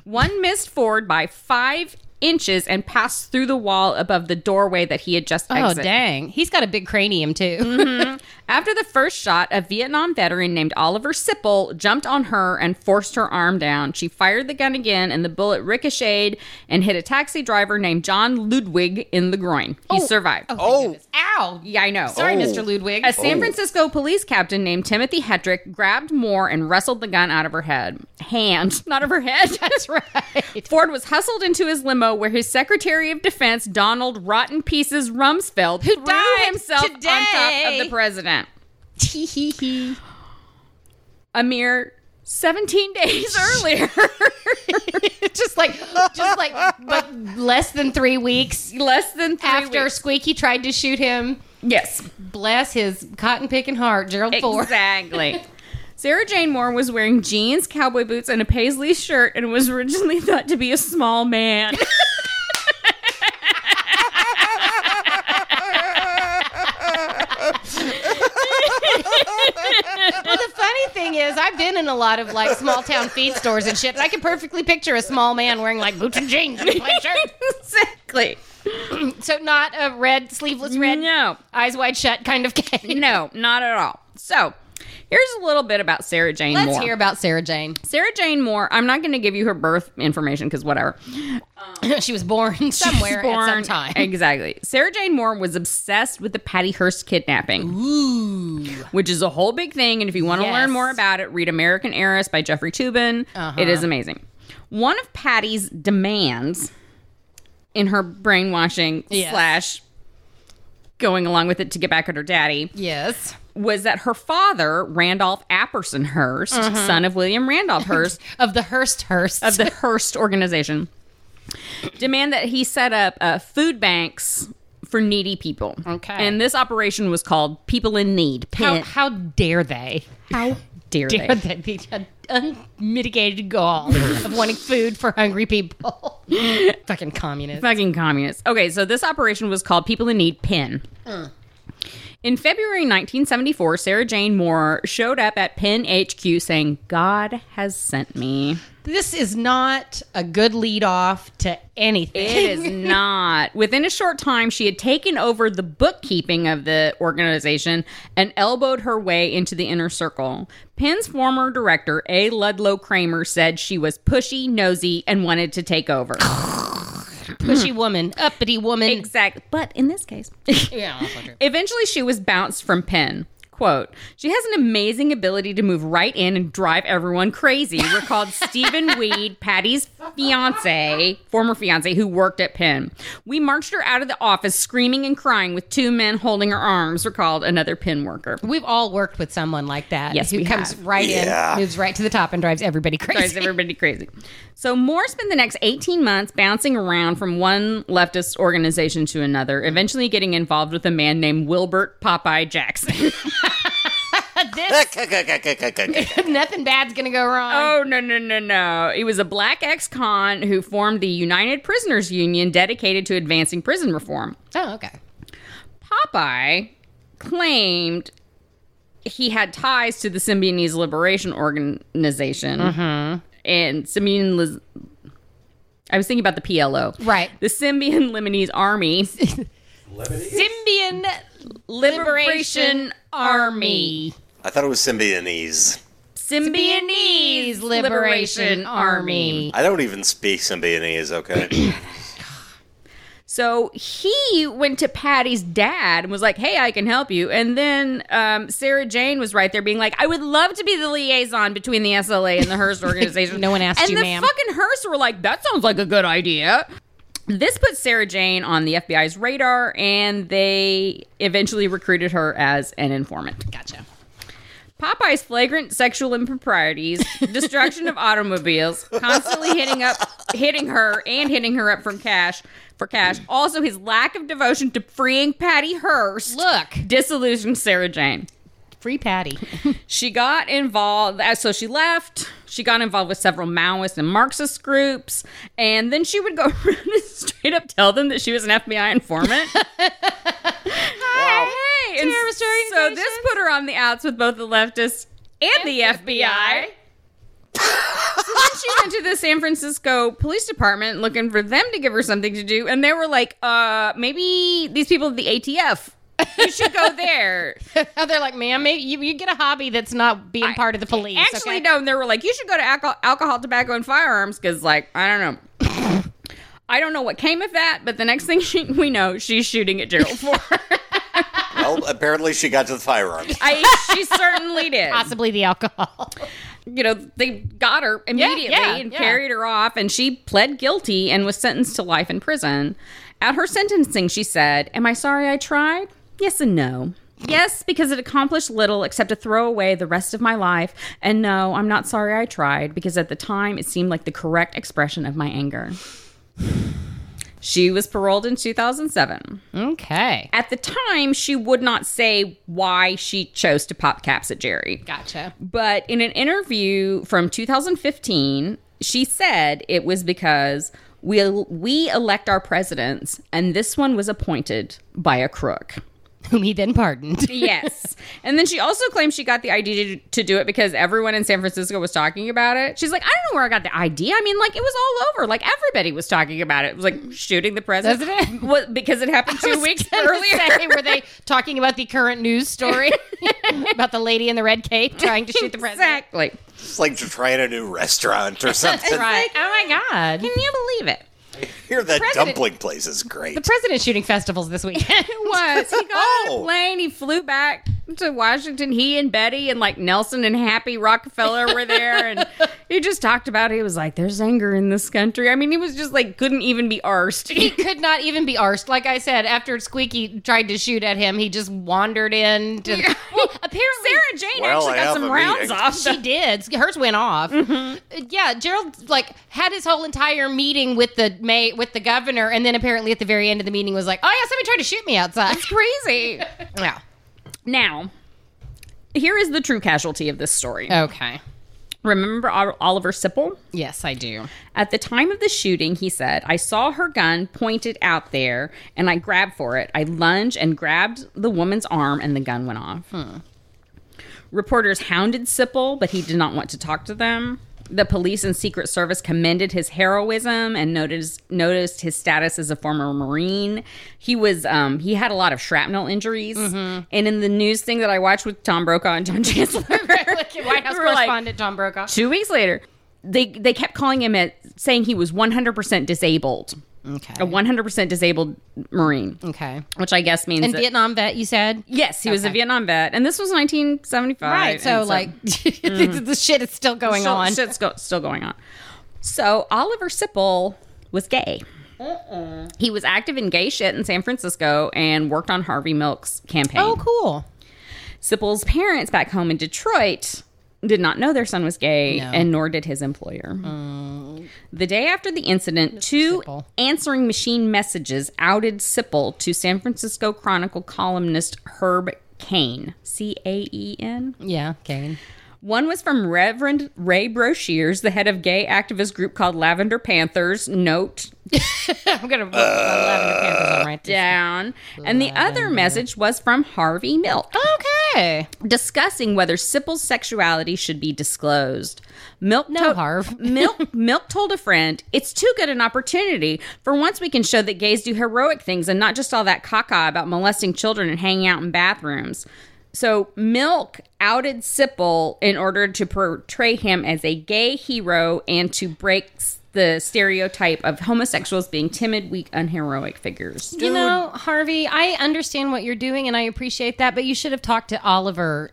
Speaker 2: One missed Ford by five inches and passed through the wall above the doorway that he had just
Speaker 3: Oh,
Speaker 2: exited.
Speaker 3: dang. He's got a big cranium, too.
Speaker 2: Mm-hmm.
Speaker 3: [laughs]
Speaker 2: After the first shot, a Vietnam veteran named Oliver Sipple jumped on her and forced her arm down. She fired the gun again, and the bullet ricocheted and hit a taxi driver named John Ludwig in the groin. He survived.
Speaker 4: Oh.
Speaker 3: goodness. Ow.
Speaker 2: Yeah, I know.
Speaker 3: Sorry,
Speaker 4: Oh.
Speaker 3: Mr. Ludwig.
Speaker 2: A San Francisco police captain named Timothy Hedrick grabbed Moore and wrestled the gun out of her head. Hand, [laughs] not of her head.
Speaker 3: [laughs]
Speaker 2: [laughs]
Speaker 3: That's right.
Speaker 2: Ford was hustled into his limo where his Secretary of Defense, Donald Rotten Pieces Rumsfeld, who threw
Speaker 3: died
Speaker 2: himself on top
Speaker 3: today.
Speaker 2: of the president. A mere 17 [laughs] days earlier.
Speaker 3: [laughs] just like, just like, like less than three weeks
Speaker 2: Less than three
Speaker 3: after
Speaker 2: weeks.
Speaker 3: Squeaky tried to shoot him.
Speaker 2: Yes.
Speaker 3: Bless his cotton picking heart, Gerald Ford.
Speaker 2: Exactly. Sarah Jane Moore was wearing jeans, cowboy boots, and a paisley shirt and was originally thought to be a small man.
Speaker 3: [laughs] Well, the funny thing is, I've been in a lot of like small town feed stores and shit, and I can perfectly picture a small man wearing like boots and jeans and a
Speaker 2: [laughs]
Speaker 3: plaid shirt.
Speaker 2: exactly.
Speaker 3: So not a red sleeveless red,
Speaker 2: No.
Speaker 3: eyes wide shut kind of case.
Speaker 2: No, not at all. So, here's a little bit about Sarah Jane
Speaker 3: Let's
Speaker 2: Moore.
Speaker 3: hear about Sarah Jane. [clears throat]
Speaker 2: Sarah Jane Moore, I'm not going to give you her birth information because whatever.
Speaker 3: she was born somewhere
Speaker 2: She was
Speaker 3: at some
Speaker 2: born-
Speaker 3: time.
Speaker 2: Exactly. Sarah Jane Moore was obsessed with the Patty Hearst kidnapping. Which is a whole big thing. And if you want to
Speaker 3: Yes.
Speaker 2: learn more about it, read American Heiress by Jeffrey Toobin.
Speaker 3: Uh-huh.
Speaker 2: It is amazing. One of Patty's demands in her brainwashing
Speaker 3: Yes.
Speaker 2: slash going along with it to get back at her daddy
Speaker 3: Yes.
Speaker 2: was that her father, Randolph Apperson Hearst,
Speaker 3: Uh-huh.
Speaker 2: son of William Randolph Hearst,
Speaker 3: Of the Hearst Hearst.
Speaker 2: of
Speaker 3: [laughs]
Speaker 2: the Hearst organization demand that he set up uh, food banks for needy people.
Speaker 3: Okay.
Speaker 2: And this operation was called People in Need.
Speaker 3: how,
Speaker 2: PIN.
Speaker 3: how dare they?
Speaker 2: How dare,
Speaker 3: [laughs] Dare
Speaker 2: they?
Speaker 3: they be an unmitigated gall of wanting food for hungry people?
Speaker 2: [laughs]
Speaker 3: Fucking communist.
Speaker 2: Fucking communists. Okay, so this operation was called People in Need PIN. In February 1974, Sarah Jane Moore showed up at Penn HQ saying, God has sent me.
Speaker 3: This is not a good lead off to anything.
Speaker 2: It [laughs]
Speaker 3: [laughs]
Speaker 2: is not. Within a short time, she had taken over the bookkeeping of the organization and elbowed her way into the inner circle. Penn's former director, A. Ludlow Kramer, said she was pushy, nosy, and wanted to take [laughs] over.
Speaker 3: Pushy woman, uppity woman.
Speaker 2: exactly. But in this [laughs] case,
Speaker 3: Yeah, I'll fuck her.
Speaker 2: Eventually, she was bounced from Penn. Quote, she has an amazing ability to move right in and drive everyone crazy, recalled Stephen Weed, Patty's fiance, former fiance, who worked at Penn. We marched her out of the office screaming and crying with two men holding her arms, recalled another Penn worker.
Speaker 3: We've all worked with someone like that.
Speaker 2: Yes,
Speaker 3: who
Speaker 2: we
Speaker 3: comes
Speaker 2: have.
Speaker 3: right
Speaker 4: Yeah.
Speaker 3: in, moves right to the top, and drives everybody crazy.
Speaker 2: drives everybody crazy. So Moore spent the next 18 months bouncing around from one leftist organization to another, eventually getting involved with a man named Wilbert Popeye Jackson.
Speaker 3: [laughs] Nothing bad's gonna go wrong.
Speaker 2: Oh, no, no, no, no. He was a black ex con who formed the United Prisoners Union dedicated to advancing prison reform.
Speaker 3: Oh, okay.
Speaker 2: Popeye claimed he had ties to the Symbionese
Speaker 3: Mm-hmm.
Speaker 2: Liberation Organization and Symbion I was thinking about the PLO.
Speaker 3: Right.
Speaker 2: The Symbian Lebanese
Speaker 3: [laughs]
Speaker 2: Army.
Speaker 3: Symbian Liberation Army.
Speaker 4: I thought it was Symbionese.
Speaker 3: Symbionese Liberation Army.
Speaker 4: I don't even speak Symbionese,
Speaker 3: [coughs]
Speaker 4: okay?
Speaker 2: So he went to Patty's dad and was like, "Hey, I can help you." And then um, Sarah Jane was right there, being like, "I would love to be the liaison between the SLA and the
Speaker 3: [laughs]
Speaker 2: Hearst organization."
Speaker 3: No one asked
Speaker 2: and
Speaker 3: you,
Speaker 2: the
Speaker 3: ma'am.
Speaker 2: fucking Hearst were like, "That sounds like a good idea." This put Sarah Jane on the FBI's radar, and they eventually recruited her as an informant.
Speaker 3: Gotcha.
Speaker 2: Popeye's flagrant sexual improprieties, destruction of automobiles, constantly hitting up hitting her and hitting her up from cash for cash. Also his lack of devotion to freeing Patty Hearst.
Speaker 3: Look,
Speaker 2: Disillusioned Sarah Jane.
Speaker 3: free Patty. [laughs]
Speaker 2: She got involved, uh, so she left. She got involved with several Maoist and Marxist groups, and then she would go [laughs] around and straight up tell them that she was an FBI informant. [laughs] Hi, hey, and
Speaker 3: terrorist
Speaker 2: so this put her on the outs with both the leftists and, the FBI. so then she went to the San Francisco Police Department looking for them to give her something to do, and they were like, "Uh, maybe these people at the ATF." you should go there.
Speaker 3: Oh, they're like, ma'am, maybe you, you get a hobby that's not being part of the police.
Speaker 2: Actually,
Speaker 3: okay?
Speaker 2: no. They were like, you should go to alcohol, alcohol tobacco, and firearms because, like, I don't know. [laughs] I don't know what came of that, but the next thing [laughs] she, we know, she's shooting at Gerald Ford.
Speaker 4: well, apparently she got to the firearms.
Speaker 2: I, she certainly did.
Speaker 3: possibly the alcohol. [laughs]
Speaker 2: You know, they got her immediately
Speaker 3: yeah,
Speaker 2: and
Speaker 3: yeah.
Speaker 2: carried her off, and she pled guilty and was sentenced to life in prison. At her sentencing, she said, Am I sorry I tried? Yes and no. Yes, because it accomplished little except to throw away the rest of my life. And no, I'm not sorry I tried, because at the time it seemed like the correct expression of my anger. She was paroled in 2007.
Speaker 3: Okay,
Speaker 2: At the time, she would not say why she chose to pop caps at Jerry.
Speaker 3: gotcha.
Speaker 2: But in an interview from 2015, she said it was because we we elect our presidents, and this one was appointed by a crook.
Speaker 3: Whom he then pardoned.
Speaker 2: Yes, [laughs] and then she also claims she got the idea to, to do it because everyone in San Francisco was talking about it. She's like, I don't know where I got the idea. I mean, like it was all over. Like everybody was talking about it. It was like shooting the president, [laughs]
Speaker 3: Doesn't it?
Speaker 2: Well, because it happened
Speaker 3: [laughs]
Speaker 2: two weeks earlier.
Speaker 3: Say, were they talking about the current news [laughs] story about the lady in the red cape trying to shoot the president?
Speaker 2: exactly.
Speaker 4: It's like you're trying a new restaurant
Speaker 3: [laughs]
Speaker 4: or something.
Speaker 3: Right. oh my God.
Speaker 2: Can you believe it?
Speaker 4: Here, that
Speaker 3: president-
Speaker 4: dumpling place is great.
Speaker 3: The president's shooting festivals this [laughs] weekend.
Speaker 2: It was. He got on
Speaker 4: Oh.
Speaker 2: a plane. He flew back to Washington. He and Betty and like Nelson and Happy Rockefeller were
Speaker 4: [laughs]
Speaker 2: there, and he just talked about. It. He was like, "There's anger in this country." I mean, he was just like, couldn't even be arsed.
Speaker 3: he
Speaker 2: [laughs]
Speaker 3: could not even be arsed. Like I said, after Squeaky tried to shoot at him, he just wandered in. To well, apparently,
Speaker 2: Sarah Jane
Speaker 4: Well,
Speaker 2: actually
Speaker 4: I
Speaker 2: got
Speaker 4: have
Speaker 2: some
Speaker 4: a
Speaker 2: rounds
Speaker 4: meeting.
Speaker 2: off.
Speaker 4: [laughs]
Speaker 3: [laughs] she did. Hers went off. Uh, Yeah, Gerald like had his whole entire meeting with the may with the governor, and then apparently at the very end of the meeting was like, "Oh yeah, somebody tried to shoot me outside."
Speaker 2: Crazy.
Speaker 3: [laughs] yeah.
Speaker 2: now, here is the true casualty of this story.
Speaker 3: Okay.
Speaker 2: Remember Ol- Oliver Sipple?
Speaker 3: Yes, I do.
Speaker 2: At the time of the shooting, he said, I saw her gun pointed out there and I grabbed for it. I lunged and grabbed the woman's arm and the gun went off.
Speaker 3: Hmm.
Speaker 2: Reporters hounded Sipple, but he did not want to talk to them. The police and Secret Service commended his heroism and noticed noticed his status as a former Marine. He was um, he had a lot of shrapnel injuries,
Speaker 3: Mm-hmm.
Speaker 2: and in the news thing that I watched with Tom Brokaw
Speaker 3: [laughs]
Speaker 2: and John Chancellor,
Speaker 3: White House
Speaker 2: we were like,
Speaker 3: correspondent John Brokaw.
Speaker 2: Two weeks later, they they kept calling him at saying he was 100% disabled,
Speaker 3: Okay.
Speaker 2: a 100% disabled Marine,
Speaker 3: Okay.
Speaker 2: which I guess means
Speaker 3: And
Speaker 2: that-
Speaker 3: Vietnam vet, you said.
Speaker 2: Yes, he was a
Speaker 3: Okay.
Speaker 2: Vietnam vet, and this was 1975.
Speaker 3: Right.
Speaker 2: and
Speaker 3: So like, [laughs] the, the shit is still going
Speaker 2: still,
Speaker 3: on.
Speaker 2: shit's go- still going on. So Oliver Sipple was gay. He was active in gay shit in San Francisco and worked on Harvey Milk's campaign.
Speaker 3: Oh, cool.
Speaker 2: Sipple's parents back home in Detroit did not know their son was gay,
Speaker 3: No. Mm.
Speaker 2: and nor did his employer. The day after the incident, two
Speaker 3: Sipple.
Speaker 2: answering machine messages outed Sipple to San Francisco Chronicle columnist Herb Kane. C A E N?
Speaker 3: Yeah, Kane.
Speaker 2: One was from Reverend Ray Brochiers, the head of gay activist group called Lavender Panthers. Note
Speaker 3: [laughs] I'm gonna put Lavender Panthers on right there.
Speaker 2: down. And the other message was from Harvey Milk.
Speaker 3: Okay. Hey.
Speaker 2: discussing whether Sipple's sexuality should be disclosed. Milk
Speaker 3: No,
Speaker 2: [laughs]
Speaker 3: Harv.
Speaker 2: Milk Milk told a friend, "It's too good an opportunity. For once, we can show that gays do heroic things and not just all that caca about molesting children and hanging out in bathrooms." So Milk outed Sipple in order to portray him as a gay hero and to break s- the stereotype of homosexuals being timid, weak, unheroic figures.
Speaker 3: You know, Harvey, I understand what you're doing and I appreciate that, but you should have talked to Oliver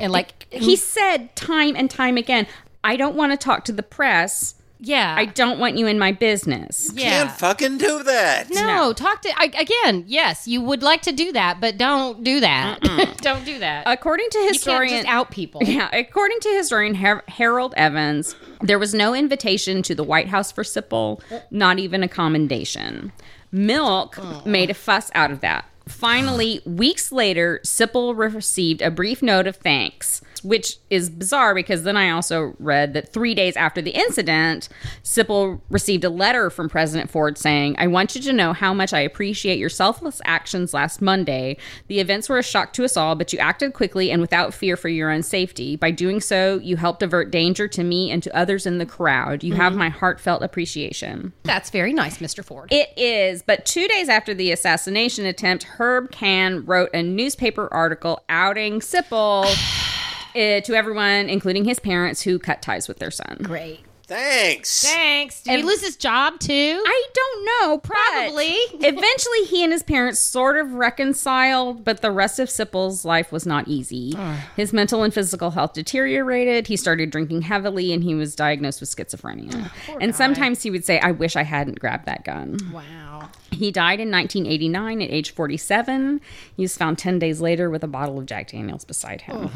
Speaker 3: and like
Speaker 2: He said time and time again, "I don't want to talk to the press."
Speaker 3: yeah.
Speaker 2: I don't want you in my business.
Speaker 3: yeah.
Speaker 4: Can't fucking do that.
Speaker 3: no, talk to I, again. Yes, you would like to do that, but don't do that. [laughs] don't do that.
Speaker 2: According to
Speaker 3: you can't
Speaker 2: historian
Speaker 3: just out [laughs] people.
Speaker 2: yeah, according to historian Har- Harold Evans, there was no invitation to the White House for Sipple, not even a commendation. Milk made a fuss out of that. Finally, weeks later, Sipple received a brief note of thanks, which is bizarre because then I also read that three days after the incident, Sipple received a letter from President Ford saying, I want you to know how much I appreciate your selfless actions last Monday. The events were a shock to us all, but you acted quickly and without fear for your own safety. By doing so, you helped avert danger to me and to others in the crowd. You have my heartfelt appreciation.
Speaker 3: That's very nice, Mr. Ford.
Speaker 2: It is, but two days after the assassination attempt, Herb Can wrote a newspaper article outing Sipple. [sighs] eh, To everyone, including his parents, who cut ties with their son.
Speaker 3: Great.
Speaker 4: Thanks.
Speaker 3: Thanks. Did he lose his job too?
Speaker 2: I don't know. but
Speaker 3: Probably.
Speaker 2: eventually, he and his parents sort of reconciled, but the rest of Sipple's life was not easy. His mental and physical health deteriorated. He started drinking heavily, and he was diagnosed with schizophrenia. and sometimes he would say, "I wish I hadn't grabbed that gun."
Speaker 3: wow.
Speaker 2: He died in 1989 at age 47. He was found 10 days later with a bottle of Jack Daniels beside him.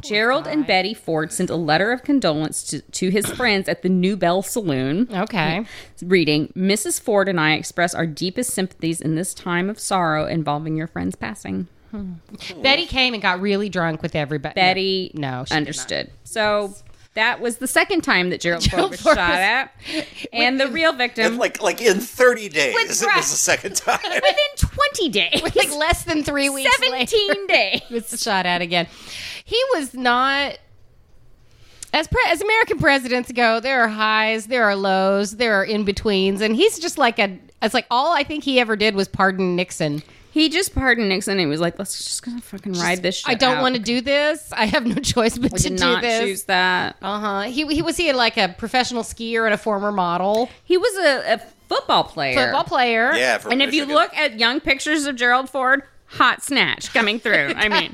Speaker 2: Gerald and Betty Ford sent a letter of condolence to, to his friends at the New Bell Saloon
Speaker 3: Okay.
Speaker 2: reading Mrs. Ford and I express our deepest sympathies in this time of sorrow involving your friend's passing.
Speaker 3: Betty came and got really drunk with everybody.
Speaker 2: Betty
Speaker 3: No, she did
Speaker 2: understood. So that was the second time that
Speaker 3: [laughs]
Speaker 2: Gerald, Ford was
Speaker 3: Ford
Speaker 2: shot
Speaker 3: was-
Speaker 2: at.
Speaker 3: [laughs]
Speaker 2: And the real
Speaker 4: And
Speaker 2: victim
Speaker 4: like like in 30 days, it was the
Speaker 2: breath.
Speaker 3: [laughs]
Speaker 4: second time.
Speaker 2: within 20 days.
Speaker 3: like less than three weeks. later,
Speaker 2: 17 days.
Speaker 3: he was shot at again. He was not. As, pre- as American presidents go, there are highs, there are lows, there are in betweens, and he's just like a. It's like all I think he ever did was pardon Nixon.
Speaker 2: He just pardoned Nixon and was like, let's just gonna fucking ride this shit.
Speaker 3: I don't
Speaker 2: out.
Speaker 3: want to do this. I have no [laughs] choice but
Speaker 2: We
Speaker 3: to
Speaker 2: did not
Speaker 3: do this.
Speaker 2: choose that.
Speaker 3: Uh huh. He, he was he like a professional skier and a former model,
Speaker 2: He was a, a football player.
Speaker 3: football player.
Speaker 4: yeah, for
Speaker 2: And if you
Speaker 4: Michigan.
Speaker 2: look at young pictures of Gerald Ford, hot snatch coming through. I
Speaker 3: [laughs]
Speaker 2: mean,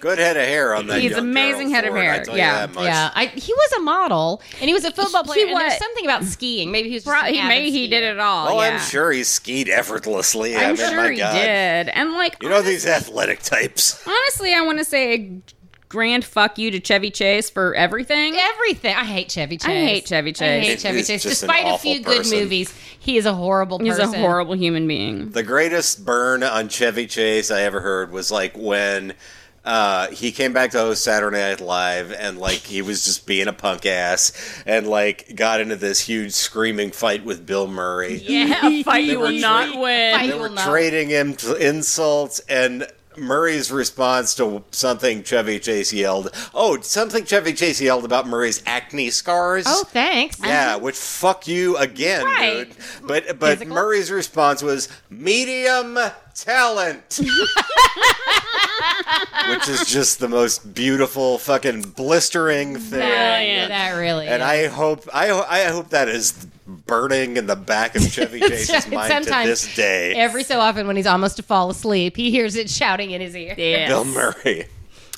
Speaker 4: good head of hair on that.
Speaker 2: He's
Speaker 4: young
Speaker 2: amazing
Speaker 4: Gerald
Speaker 2: head of
Speaker 4: Ford,
Speaker 2: hair,
Speaker 4: I tell
Speaker 2: yeah,
Speaker 4: you that much.
Speaker 3: Yeah, I, he was a model and he was a football
Speaker 2: He
Speaker 3: player. and
Speaker 2: was.
Speaker 3: there's something about skiing. Maybe he was. Just
Speaker 2: pro-
Speaker 3: an
Speaker 2: he
Speaker 3: avid
Speaker 2: maybe he
Speaker 3: skier.
Speaker 2: did it all.
Speaker 4: Oh,
Speaker 2: yeah.
Speaker 4: I'm sure he skied effortlessly. I
Speaker 2: I'm
Speaker 4: mean,
Speaker 2: sure
Speaker 4: my
Speaker 2: he
Speaker 4: God.
Speaker 2: did. And like,
Speaker 4: You know
Speaker 2: honest-
Speaker 4: these athletic types.
Speaker 2: honestly, I want to say a grand fuck you to Chevy Chase for everything.
Speaker 3: Everything. I hate Chevy Chase.
Speaker 2: I hate Chevy
Speaker 3: I hate
Speaker 2: Chase.
Speaker 4: He-
Speaker 3: Chevy
Speaker 4: he's
Speaker 3: Chase.
Speaker 4: just an
Speaker 3: Despite a
Speaker 4: awful
Speaker 3: few good
Speaker 4: person.
Speaker 3: movies, he is a horrible
Speaker 2: He's
Speaker 3: person.
Speaker 2: a horrible
Speaker 4: [laughs]
Speaker 2: human being.
Speaker 4: The greatest burn on Chevy Chase I ever heard was like when uh, he came back to host Saturday Night Live and like he was just being a punk ass and like got into this huge screaming fight with Bill Murray.
Speaker 2: Yeah, a fight you will not win.
Speaker 4: They
Speaker 3: I
Speaker 4: were
Speaker 3: will not.
Speaker 4: trading him to insults and Murray's response to something Chevy Chase yelled. Oh, something Chevy Chase yelled about Murray's acne scars.
Speaker 3: Oh, thanks.
Speaker 4: Yeah, which fuck you again,
Speaker 3: Right.
Speaker 4: dude. But but
Speaker 3: Physical?
Speaker 4: Murray's response was medium
Speaker 3: [laughs]
Speaker 4: talent. which is just the most beautiful fucking blistering thing.
Speaker 3: Oh, Yeah, that really.
Speaker 4: And
Speaker 3: is.
Speaker 4: I hope I ho- I hope that is burning in the back of
Speaker 3: [laughs]
Speaker 4: Chevy Chase's
Speaker 3: right.
Speaker 4: mind to
Speaker 3: Sometimes
Speaker 4: this day.
Speaker 3: Every so often, when he's almost to fall asleep, he hears it shouting in his ear.
Speaker 2: Yes.
Speaker 6: [laughs]
Speaker 4: Bill Murray.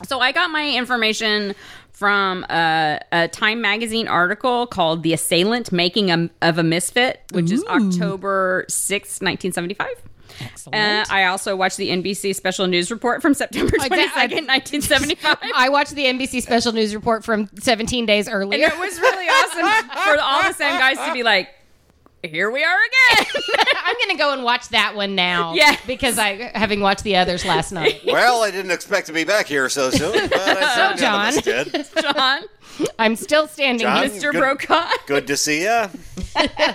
Speaker 2: So I got my information from a, a Time magazine article called "The Assailant: Making a, of a Misfit," which is October sixth, nineteen seventy-five. Uh, I also watched the NBC special news report from September
Speaker 3: I- I-
Speaker 2: twenty second, nineteen seventy five.
Speaker 3: I watched the NBC special news report from 17 days
Speaker 2: And
Speaker 3: earlier.
Speaker 2: it was really awesome for all the same guys to be like, "Here we are again." [laughs]
Speaker 3: I'm going to go and watch that one now.
Speaker 2: Yes.
Speaker 3: Because I, having watched the others last night.
Speaker 4: Well, I didn't expect to be back here so soon, but I
Speaker 3: [laughs] So, John.
Speaker 4: certainly did.
Speaker 2: John,
Speaker 3: I'm still standing
Speaker 4: John?
Speaker 3: here
Speaker 2: Mr.
Speaker 4: Good-
Speaker 2: Brokaw.
Speaker 4: Good to see ya.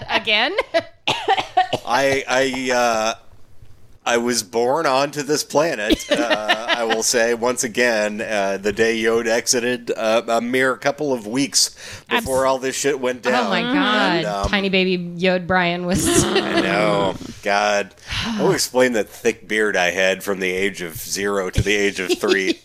Speaker 3: again. [laughs]
Speaker 4: I I uh, I was born onto this planet. Uh,
Speaker 6: I will say once again, uh, the day Yod exited, uh, a mere couple of weeks before all this shit went down.
Speaker 3: Oh my god,
Speaker 6: And, um,
Speaker 3: tiny baby Yod Brian was.
Speaker 6: I know.
Speaker 3: [sighs]
Speaker 6: God. I'll explain that thick beard I had from the age of zero to the age of three.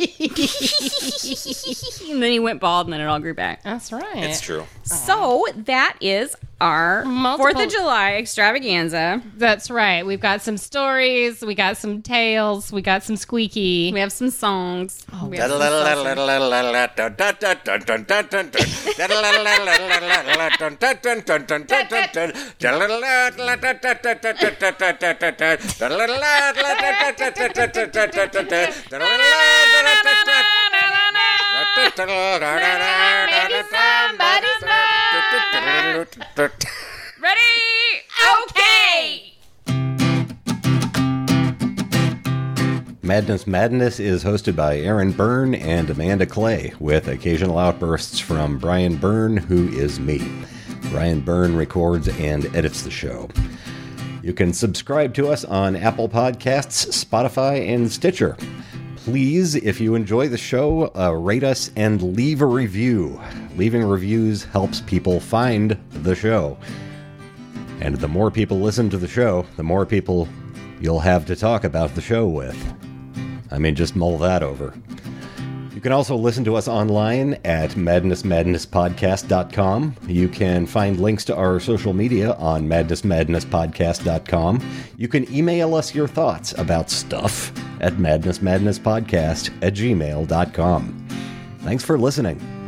Speaker 3: [laughs]
Speaker 7: and then he went bald, and then it all grew back.
Speaker 3: [laughs] That's right.
Speaker 6: it's true.
Speaker 7: So that is our
Speaker 3: Multiple-
Speaker 7: Fourth of July extravaganza.
Speaker 3: That's right. We've got some stories. We got some tales. We got some squeaky.
Speaker 7: We have some songs. We have some songs. Ready? Okay.
Speaker 4: Madness Madness is hosted by Aaron Byrne and Amanda Clay, with occasional outbursts from Brian Byrne, who is me. Brian Byrne records and edits the show. You can subscribe to us on Apple Podcasts, Spotify, and Stitcher. Please, if you enjoy the show, uh, rate us and leave a review. Leaving reviews helps people find the show. And the more people listen to the show, the more people you'll have to talk about the show with. I mean, just mull that over. You can also listen to us online at madnessmadnesspodcast.com. You can find links to our social media on madnessmadnesspodcast.com. You can email us your thoughts about stuff at madnessmadnesspodcast at gmail.com. Thanks for listening.